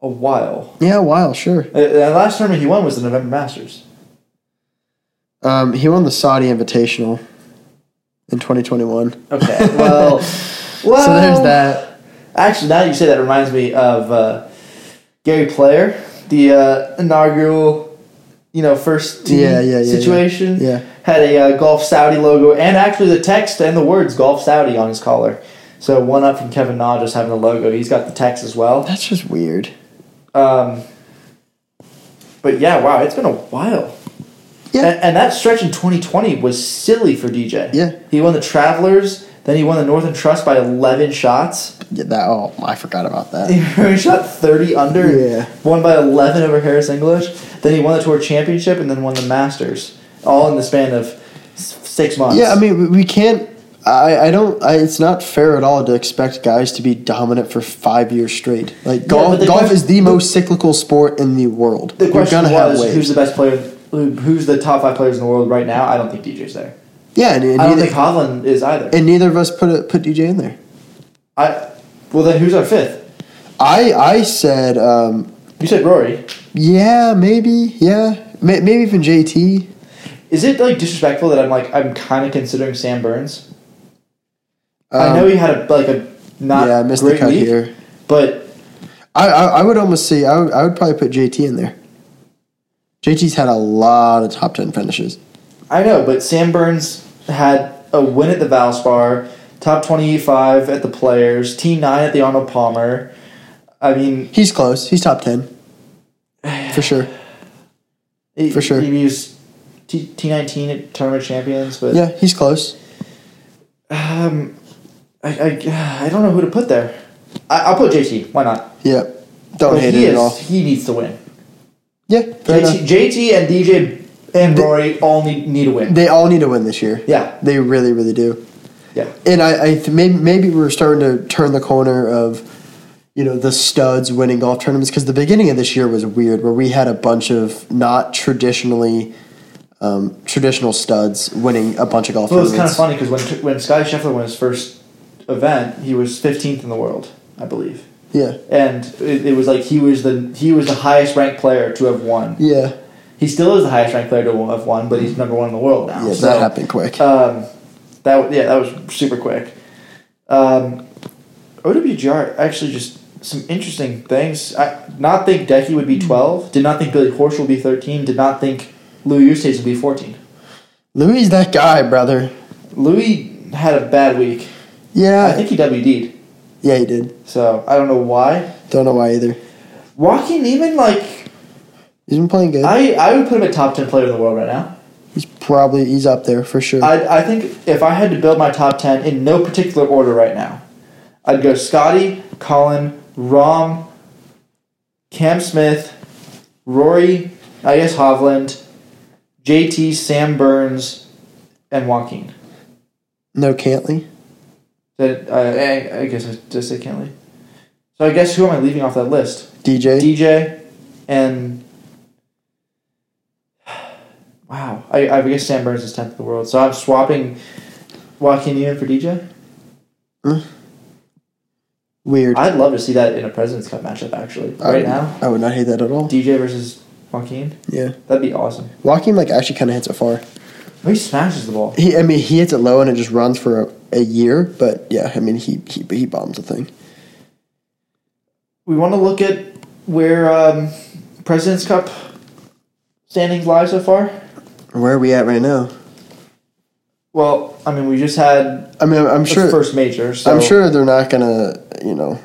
a while. Yeah, wow, sure. Uh, The last tournament he won was the November Masters. Um, he won the Saudi Invitational in 2021. Okay, [LAUGHS] well, well. so there's Oh. that. Actually, now that you say that, it reminds me of uh, Gary Player, the uh, inaugural, you know, first team Yeah, yeah, yeah, yeah. situation. Yeah. had a uh, Golf Saudi logo and actually the text and the words Golf Saudi on his collar. So one up from Kevin Na just having the logo. He's got the text as well. That's just weird. Um, but yeah, wow, it's been a while. Yeah. And, and that stretch in 2020 was silly for DJ. Yeah. He won the Travelers, then he won the Northern Trust by 11 shots. Yeah, that oh, I forgot about that. He shot 30 under. and Yeah. Won by 11 over Harris English. Then he won the Tour Championship and then won the Masters. All in the span of s- six months. Yeah, I mean, we- we can't. I, I don't. I, it's not fair at all to expect guys to be dominant for five years straight. Like golf, but the golf question- is the most cyclical sport in the world. The You're question gonna have was, waves. who's the best player? who- Who's the top five players in the world right now? I don't think DJ's there. yeah, and, and I don't neither, think Hovland is either. and neither of us put a, put DJ in there. I well then who's our fifth? I I said, um, You said Rory. yeah, maybe, yeah, may, maybe even JT. Is it like disrespectful that I'm like I'm kind of considering Sam Burns? I Um, know he had a like a not yeah, I missed great the cut week, here. but I, I I would almost say I would, I would probably put JT in there. JT's had a lot of top ten finishes. I know, but Sam Burns had a win at the Valspar, top 25 at the Players, T9 at the Arnold Palmer. I mean, He's close. He's top ten for sure. he- For sure. He used T- T19 at Tournament Champions, but Yeah, he's close. um, I, I, I don't know who to put there. I, I'll put JT. Why not? Yeah, don't But hate he it is- at all. He needs to win. Yeah, fair JT, enough. JT and DJ and Rory all need, need to win. They all need to win this year. Yeah. they really, really do. Yeah. And I, I th- maybe, maybe we're starting to turn the corner of, you know, the studs winning golf tournaments because the beginning of this year was weird, where we had a bunch of not traditionally, um, traditional studs winning a bunch of golf Well, it was kind of tournaments. funny because when, when Scotty Scheffler won his first event, he was 15th in the world, I believe. Yeah, and it, it was like he was the he was the highest ranked player to have won. yeah, He still is the highest ranked player to have won, but he's number one in the world now. yeah. so, that happened quick. Um, that w- yeah, that was super quick. Um, OWGR actually just some interesting things. I not think Decky would be twelve. Did not think Billy Horschel would be thirteen. Did not think Louis Oosthuizen would be fourteen. Louis is that guy, brother. Louis had a bad week. Yeah, I think he WD'd. yeah, he did. So I don't know why. Don't know why either. Rocky Neiman, like He's been playing good. I, I would put him a top ten player in the world right now. he's probably he's up there for sure. I, I think if I had to build my top 10 in no particular order right now, I'd go Scotty, Colin, Rom, Cam Smith, Rory, I guess Hovland, JT, Sam Burns, and Joaquin. no Cantley. That, I, I, I guess I just said Cantley. So I guess who am I leaving off that list? DJ. DJ and. Wow. I, I guess Sam Burns is 10th in the world. So I'm swapping Joaquin Neiman for DJ? Weird. I'd love to see that in a President's Cup matchup, actually. I Right would- now, I would not hate that at all. DJ versus Joaquin. Yeah. That'd be awesome. Joaquin like actually kind of hits it far. He smashes the ball. He, I mean, he hits it low and it just runs for a, a year. But yeah, I mean, he he he bombs the thing. We want to look at where um, President's Cup standings lie so far. Where are we at right now? Well, I mean, we just had I mean, I'm, I'm the sure. first major. So I'm sure they're not gonna, you know,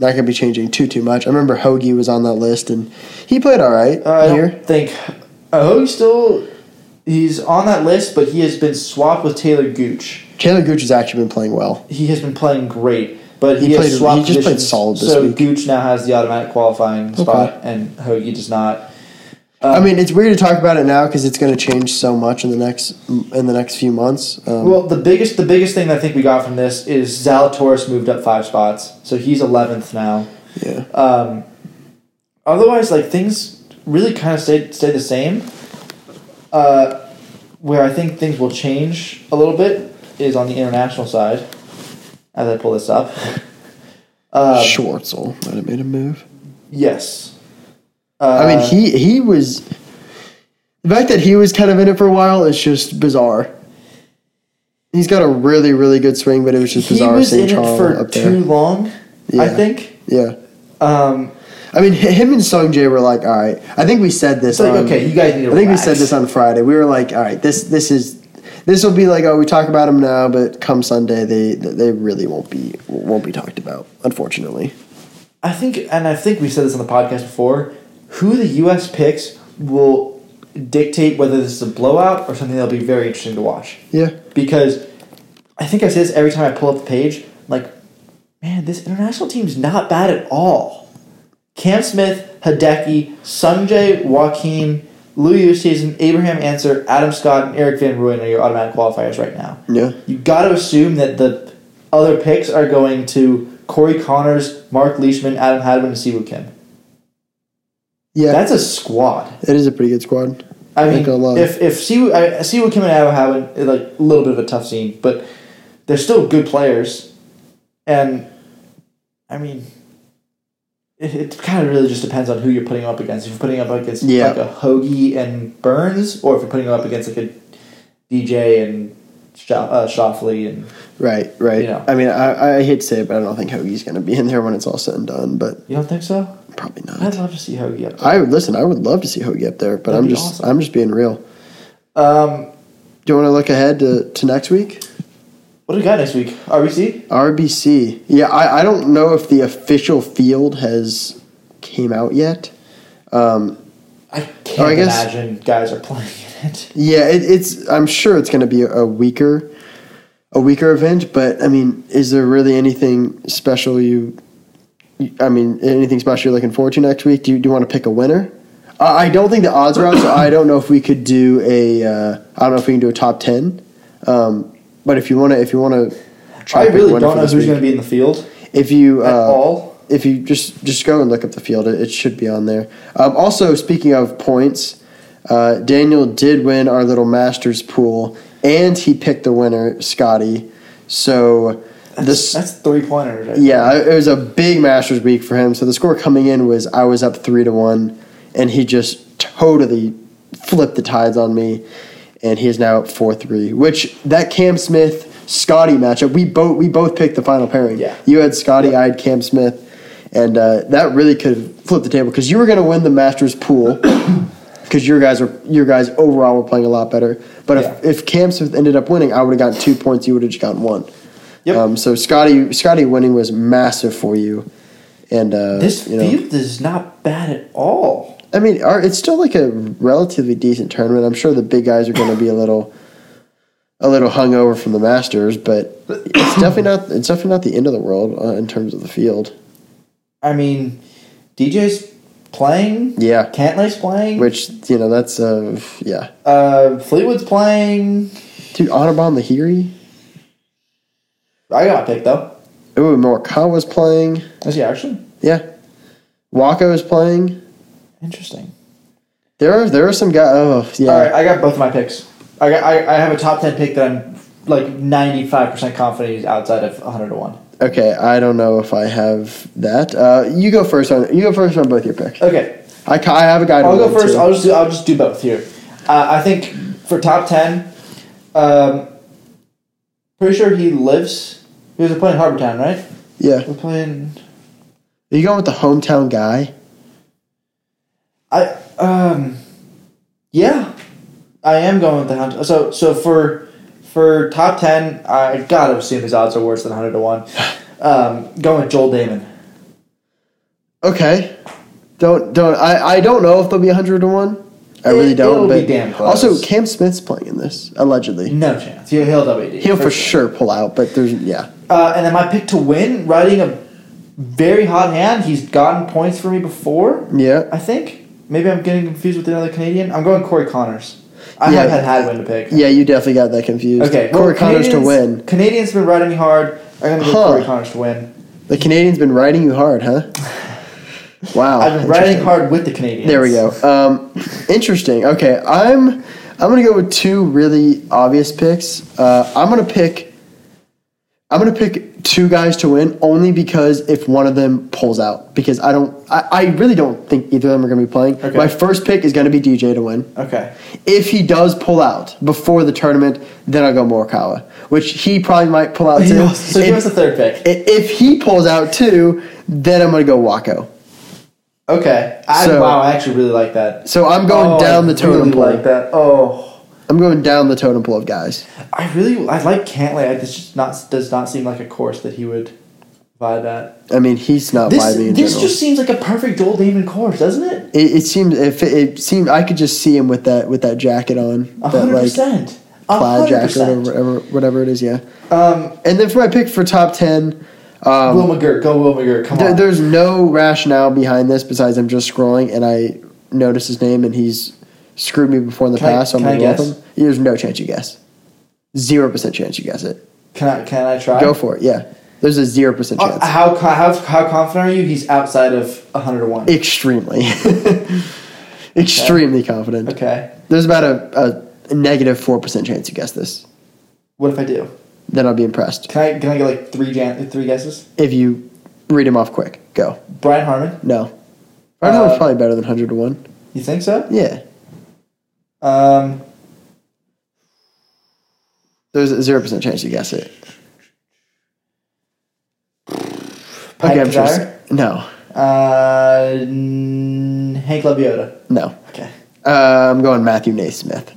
not gonna be changing too too much. I remember Hoagie was on that list and he played all right I don't here. think uh, Hoagie's still he's on that list, but he has been swapped with Taylor Gooch. Taylor Gooch has actually been playing well. He has been playing great, but he, He has played- swapped he just played positions, solid this so week. Gooch now has the automatic qualifying spot, and Hoagie does not. I mean, it's weird to talk about it now because it's gonna change so much in the next in the next few months. Um, Well, the biggest the biggest thing I think we got from this is Zalatoris moved up five spots, so he's eleventh now. yeah, Um, otherwise, like things really kind of stay stay the same. Uh, where I think things will change a little bit is on the international side. As I pull this up, [LAUGHS] um, Schwartzel might have made a move. yes. Uh, I mean, he he was the fact that he was kind of in it for a while is just bizarre. He's got a really really good swing, but it was just he bizarre was seeing in Charles it for up there. too long. I Yeah. think. Yeah. Um, I mean, hi- him and Sung Jae were like, all right. I think we said this. it's like on- okay, you guys need to. I think we relax. said this on Friday. We were like, all right, this this is this will be like, oh, we talk about them now, but come Sunday, they they really won't be won't be talked about, unfortunately. I think, and I think we said this on the podcast before. Who the U.S. picks will dictate whether this is a blowout or something that'll be very interesting to watch. Yeah. Because I think I say this every time I pull up the page. Like, man, this international team's not bad at all. Cam Smith, Hideki, Sanjay, Joaquin, Lou Season, Abraham Answer, Adam Scott, and Eric Van Rooyen are your automatic qualifiers right now. Yeah. You got to assume that the other picks are going to Corey Connors, Mark Leishman, Adam Hadwin, and Siwoo Kim. Yeah. That's a squad. it is a pretty good squad. I mean, Like a lot. if if Siwoo, I, Siwoo Kim and Adam Hadwin, it's like a little bit of a tough scene, but they're still good players, and I mean. It, it kind of really just depends on who you're putting them up against. If you're putting them up against Yeah. like a Hoagie and Burns, or if you're putting them up against like a DJ and Sho- uh, Shoffley and Right, right. You know. I mean, I, I hate to say it, but I don't think Hoagie's going to be in there when it's all said and done, but you don't think so? probably I'd not. love to see Hoagie up there. I would listen. I would love to see Hoagie up there, but That'd I'm be just awesome. I'm just being real. Um, Do you want to look ahead to, to next week? what do we got next week? RBC? RBC. Yeah, I, I don't know if the official field has came out yet. I can't Oh, I guess- imagine guys are playing in it. [LAUGHS] Yeah, it, it's. I'm sure it's going to be a weaker, a weaker event. But I mean, is there really anything special you? you- I mean, anything special you're looking forward to next week? Do you, do you want to pick a winner? I I don't think the odds are out, so I don't know if we could do a. Uh, I don't know if we can do a top ten. Um, but if you want to, if you want to, I really don't know who's going to be in the field If you at uh, all. if you just just go and look up the field, it, it should be on there. Um, also, speaking of points, uh, Daniel did win our little Masters pool, and he picked the winner, Scotty. So this. That's three pointers. Right? Yeah, it was a big Masters week for him. So the score coming in was I was up three to one, and he just totally flipped the tides on me, and he is now up four three. Which that Cam Smith Scotty matchup, we both we both picked the final pairing. Yeah. you had Scotty, I had Cam Smith, and uh, that really could have flipped the table because you were going to win the Masters [COUGHS] pool. Because your guys are your guys overall were playing a lot better, but Yeah. if, if Cam Smith ended up winning, I would have gotten two points. You would have just gotten one. Yep. Um, so Scotty, Scotty winning was massive for you, and uh, this you know, field is not bad at all. I mean, our, it's still like a relatively decent tournament. I'm sure the big guys are going to be a little, a little hungover from the Masters, but it's definitely not. It's definitely not the end of the world uh, in terms of the field. I mean, DJ's playing. Yeah. Cantlay's playing. Which you know, that's uh, yeah, Uh, Fleetwood's playing. dude, Audubon Lahiri, I got picked though. ooh, Morikawa's playing, Is he actually yeah, Wako is playing. interesting? There are there are some guys. Oh yeah, All right, I got both my picks. I got I, I have a top ten pick that I'm like ninety five percent confident is outside of hundred to one. Okay, I don't know if I have that. Uh, you go first on you go first on both your picks. Okay, I, ca- I have a guy. to I'll go one, first. too. I'll just do, I'll just do both here. Uh, I think for top ten, um, pretty sure he lives. You guys are playing Harbor Town, right? yeah, We're playing. are you going with the hometown guy? I um, yeah. I am going with the hundred. So so for for top ten, I gotta assume his odds are worse than hundred to [SIGHS] one. Um, going with Joel Damon. Okay. Don't don't I, I don't know if they'll be hundred to one. I It- really don't. it'll be but damn close. also Cam Smith's playing in this allegedly. No chance. He'll, he'll WD. He'll for sure pull out, but there's yeah. Uh, and then my pick to win, riding a very hot hand. He's gotten points for me before. Yeah. I think. Maybe I'm getting confused with another Canadian. I'm going Corey Connors. I Yeah. have had Hadwin to pick. Yeah, you definitely got that confused. Okay. well, Corey Connors to Canadians- win. Canadians have been riding me hard. I'm gonna go Huh. Corey Connors to win. The Canadian's been riding you hard, [LAUGHS] huh? Wow. I've been Ah, interesting. riding hard with the Canadians. There we go. Um, interesting. Okay, I'm I'm gonna go with two really obvious picks. Uh, I'm gonna pick I'm gonna pick two guys to win only because if one of them pulls out, because I don't I, I really don't think either of them are gonna be playing. Okay. My first pick is gonna be DJ to win. Okay. If he does pull out before the tournament, then I'll go Morikawa, which he probably might pull [LAUGHS] out too. So give if, us the third pick. if he pulls out too, then I'm gonna go Wacko. Okay. I, So- wow, I actually really like that. So I'm going Oh, down the I really totem pole. like that. Oh. I'm going down the totem pole of guys. I really I like Cantley. I this just not does not seem like a course that he would vibe at. I mean, he's not This, vibing in this general. just seems like a perfect Joel Damon course, doesn't it? it, it seemed if it, it seemed I could just see him with that with that jacket on, A that hundred like percent. A plaid hundred jacket or percent. whatever, whatever it is. Yeah. Um, And then for my pick for top ten, Um, Will McGirt, go Will McGirt, come there, on. there's no rationale behind this besides I'm just scrolling and I noticed his name and he's screwed me before in the Can I- past. so I'm can I gonna go with guess? him. There's no chance you guess. Zero percent chance you guess it. Can I can I try? Go for it. Yeah. There's a zero percent Uh, chance. how, co- how how confident are you? He's outside of hundred to one. Extremely. [LAUGHS] Extremely confident. Okay. There's about a, a negative four percent chance you guess this. What if I do? Then I'll be impressed. Can I can I get like three jan- three guesses? If you read them off quick, go. Brian Harmon. No. Right now Uh, it's probably better than hundred to one. You think so? Yeah. Um. There's a zero percent chance you guess it. Pat I'm sure- Kazire? No. Uh. n- Hank Labiota. No. Okay. Uh, I'm going Matthew Naismith.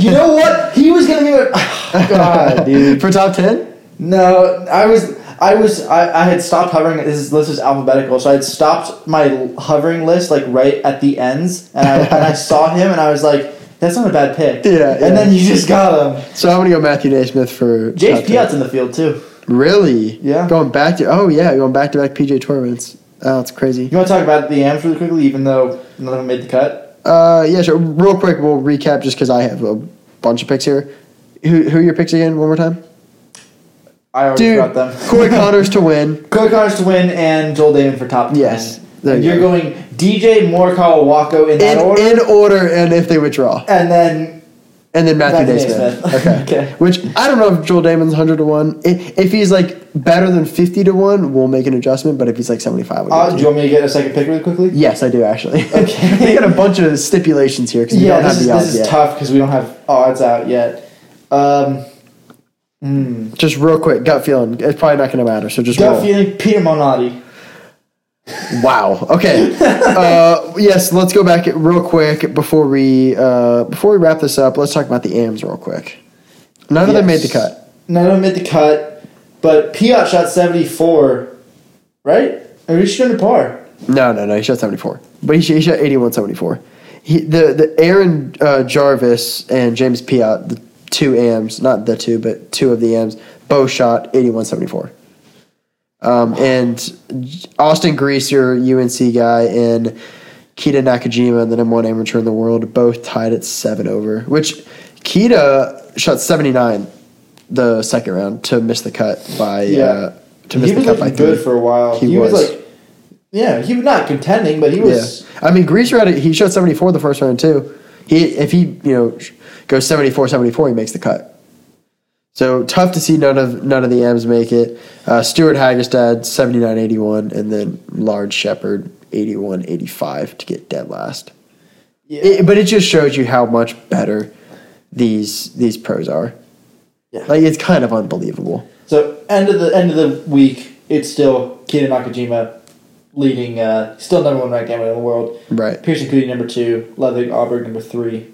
You know what? He was gonna be like, [LAUGHS] God, dude. For top ten? No, I was, I was, I, I had stopped hovering. This list is alphabetical, so I had stopped my l- hovering list like right at the ends, and I and [LAUGHS] I saw him, and I was like, "That's not a bad pick." Yeah, yeah. And then you just got him. So I'm gonna go Matthew Naismith for James top 10. Piatt's in the field too. Really? Yeah. Going back to oh yeah, going back to back PJ tournaments. Oh, it's crazy. You want to talk about the AMs really quickly, even though none of them made the cut. Uh, yeah, sure. Real quick, we'll recap just because I have a bunch of picks here. Who, who are your picks again? One more time, I already dude. [LAUGHS] forgot them. [LAUGHS] Corey Connors to win. Corey Connors to win and Joel Damon for top. Yes, there ten. you you're go. going DJ Morikawa Wako in that In order, in order, and if they withdraw, and then and then Matthew, Matthew Naismith. Naismith. Okay. [LAUGHS] Okay. Which I don't know if Joel Damon's hundred to one. If, if he's like better than fifty to one, we'll make an adjustment. But if he's like seventy five, uh, do you want me to get a second pick really quickly? yes, I do actually. [LAUGHS] Okay. we got a bunch of stipulations here because we Yeah, don't have this is, the this odds is yet. tough because we don't have odds out yet. Um, Just real quick, gut feeling. It's probably not going to matter. So just gut roll. feeling, Peter Monati. Wow. Okay. uh, yes, let's go back real quick before we uh, before we wrap this up. Let's talk about the AMs real quick. None of them made the cut. None of them made the cut, but Piot shot 74, right? Or he should under par. No, no, no. He shot seventy four, but he shot, he shot eighty one seventy four. He the the Aaron uh, Jarvis and James Piot, the two AMs, not the two, but two of the AMs, both shot eighty one seventy four. Um, and Austin Greaser, UNC guy, and Kita Nakajima, the number one amateur in the world, both tied at seven over. Which Kita shot seventy nine the second round to miss the cut by uh, to miss he the was cut by looking good three. for a while. He He, was. was. like, yeah, he was not contending, but he Yeah, was. I mean Greaser had a, he shot seventy four the first round too. He if he you know sh- goes 74-74, he makes the cut. So tough to see none of none of the M's make it. Uh, Stuart Hagestad seventy nine eighty one, and then Large Shepherd eighty one eighty five to get dead last. Yeah. It, but it just shows you how much better these these pros are. Yeah. Like it's kind of unbelievable. So end of the end of the week, it's still Kita Nakajima leading, uh, still number one ranked amateur in the world. Right. Pearson Cootie number two, Ludwig Auberg number three.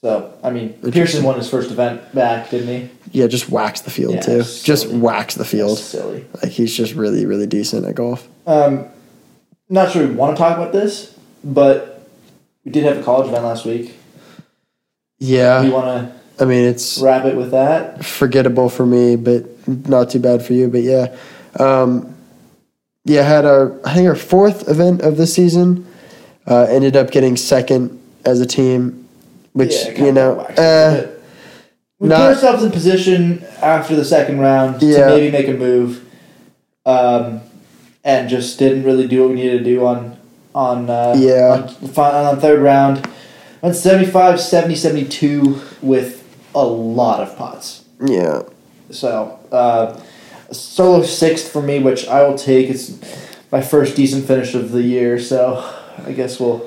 So I mean, Pearson won his first event back, didn't he? Yeah, just wax the field Yeah, too. silly. Just wax the field. Silly. Like he's just really, really decent at golf. Um, not sure we want to talk about this, but we did have a college event last week. We Yeah, want I mean it's to wrap it with that. forgettable for me, but not too bad for you. But yeah, um, yeah, had our I think our fourth event of the season. Uh, ended up getting second as a team, which Yeah, kinda you know, waxed eh, We Not- put ourselves in position after the second round Yeah. to maybe make a move, um, and just didn't really do what we needed to do on on uh, Yeah. on, fi- on third round. Went 75, 70, 72 with a lot of pots. yeah, So, uh, solo sixth for me, which I will take. It's my first decent finish of the year, so I guess we'll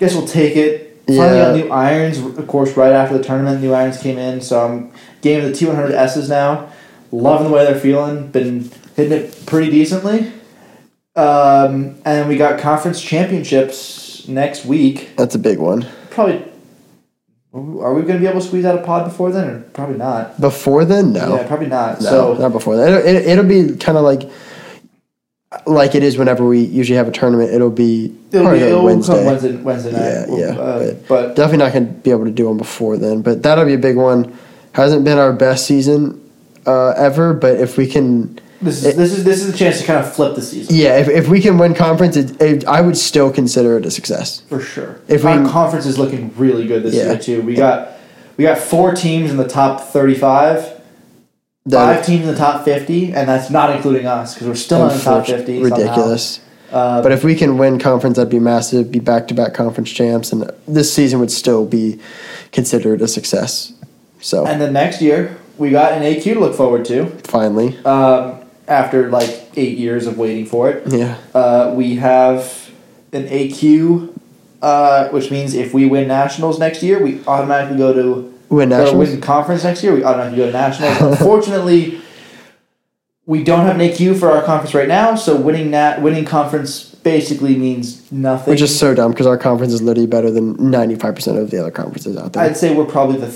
guess we'll take it. Finally got Yeah. new irons, of course. Right after the tournament, new irons came in, so I'm game of the 200 S's now. Loving the way they're feeling. Been hitting it pretty decently. Um, and we got conference championships next week. that's a big one. Probably. Are we going to be able to squeeze out a pod before then? Or probably not. Before then, no. Yeah, probably not. No, so not before that. It'll, it, it'll be kind of like like it is whenever we usually have a tournament. It'll be It'll be, probably it'll Wednesday. come Wednesday, Wednesday Yeah, night. yeah. Uh, but, but, definitely not going to be able to do one before then. But that'll be a big one. Hasn't been our best season uh, ever, but if we can, this is this is this is a chance to kind of flip the season yeah, if, if we can win conference, it, it, I would still consider it a success. for sure. If we- our conference is looking really good this Yeah. year too. We got we got four teams in the top thirty-five, That- five teams in the top fifty, and that's not including us because we're still in the top unfortunate- fifty. somehow. ridiculous. Uh, but if we can win conference, that'd be massive. Be back to back conference champs, and this season would still be considered a success. So And then next year we got an AQ to look forward to. finally, Um, after like eight years of waiting for it. yeah, Uh, we have an AQ, uh, which means if we win nationals next year, we automatically go to win or nationals. win conference next year. We automatically go [LAUGHS] to nationals. Unfortunately, we don't have an AQ for our conference right now, so winning that winning conference basically means nothing. Which is so dumb because our conference is literally better than ninety five percent of the other conferences out there. I'd say we're probably the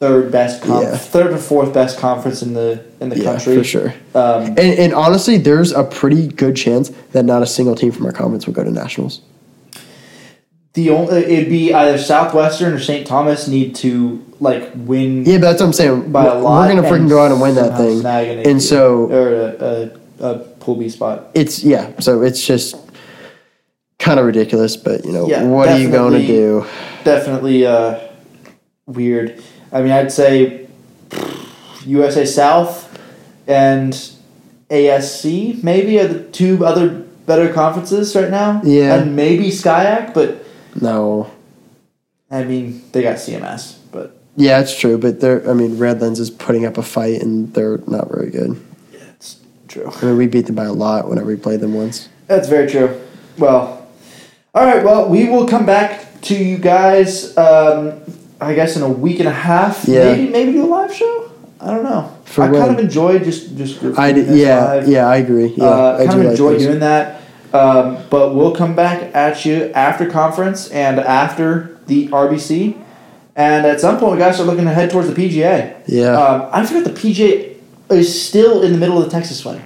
third best, con- Yeah. third or fourth best conference in the in the yeah, country for sure. Um, And, and honestly, there's a pretty good chance that not a single team from our conference will go to nationals. the only it'd be either Southwestern or St. Thomas need to like win Yeah, but that's what I'm saying. by we're, a lot. we're gonna freaking and go out and win that somehow thing. snag an And AQ so or a, a, a pool B spot. it's yeah. So it's just kind of ridiculous. But you know, Yeah, what are you gonna definitely. do? Definitely uh, weird. I mean, I'd say USA South and ASC maybe are the two other better conferences right now. Yeah. and maybe Skyac, but No. I mean they got CMS, but Yeah, it's true. But they're. I mean, Redlands is putting up a fight, and they're not very good. it's true. I mean, we beat them by a lot whenever we played them once. That's very true. Well, all right. Well, we will come back to you guys. Um, I guess in a week and a half. Yeah. Maybe maybe do a live show. I don't know. For I when? kind of enjoy just just. I doing did, this yeah, live. yeah, I agree. Yeah, uh, I kind do of like enjoy those. doing that. Um, but we'll come back at you after conference and after the RBC. And at some point, we guys are looking to head towards the PGA. Yeah. Um, I forgot the PGA is still in the middle of the Texas swing,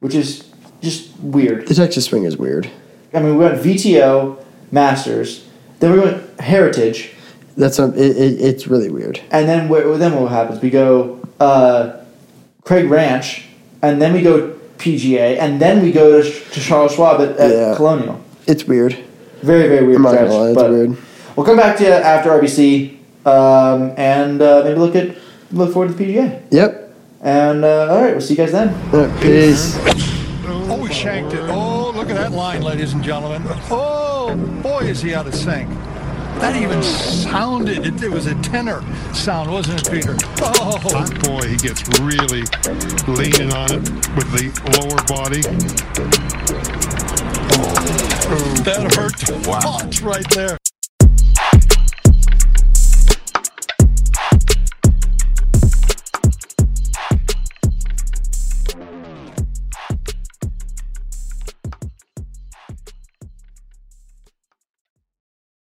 which is just weird. The Texas swing is weird. I mean, we went VTO, Masters, then we went Heritage, That's um, it, it, it's really weird. and then where, then what happens? We go uh, Craig Ranch, and then we go PGA, and then we go to, to Charles Schwab at, at Yeah. Colonial. It's weird. Very very weird. I'm not gonna stretch, lie, it's but weird. We'll come back to you after RBC, um, and uh, maybe look at look forward to the PGA. Yep. And uh, all right, we'll see you guys then. Uh, Peace. Oh, he shanked it. Oh, look at that line, ladies and gentlemen. Oh, boy, is he out of sync. That even sounded, it, it was a tenor sound, wasn't it, Peter? Oh, Hot boy, he gets really leaning on it with the lower body. that hurt. Wow. Right there.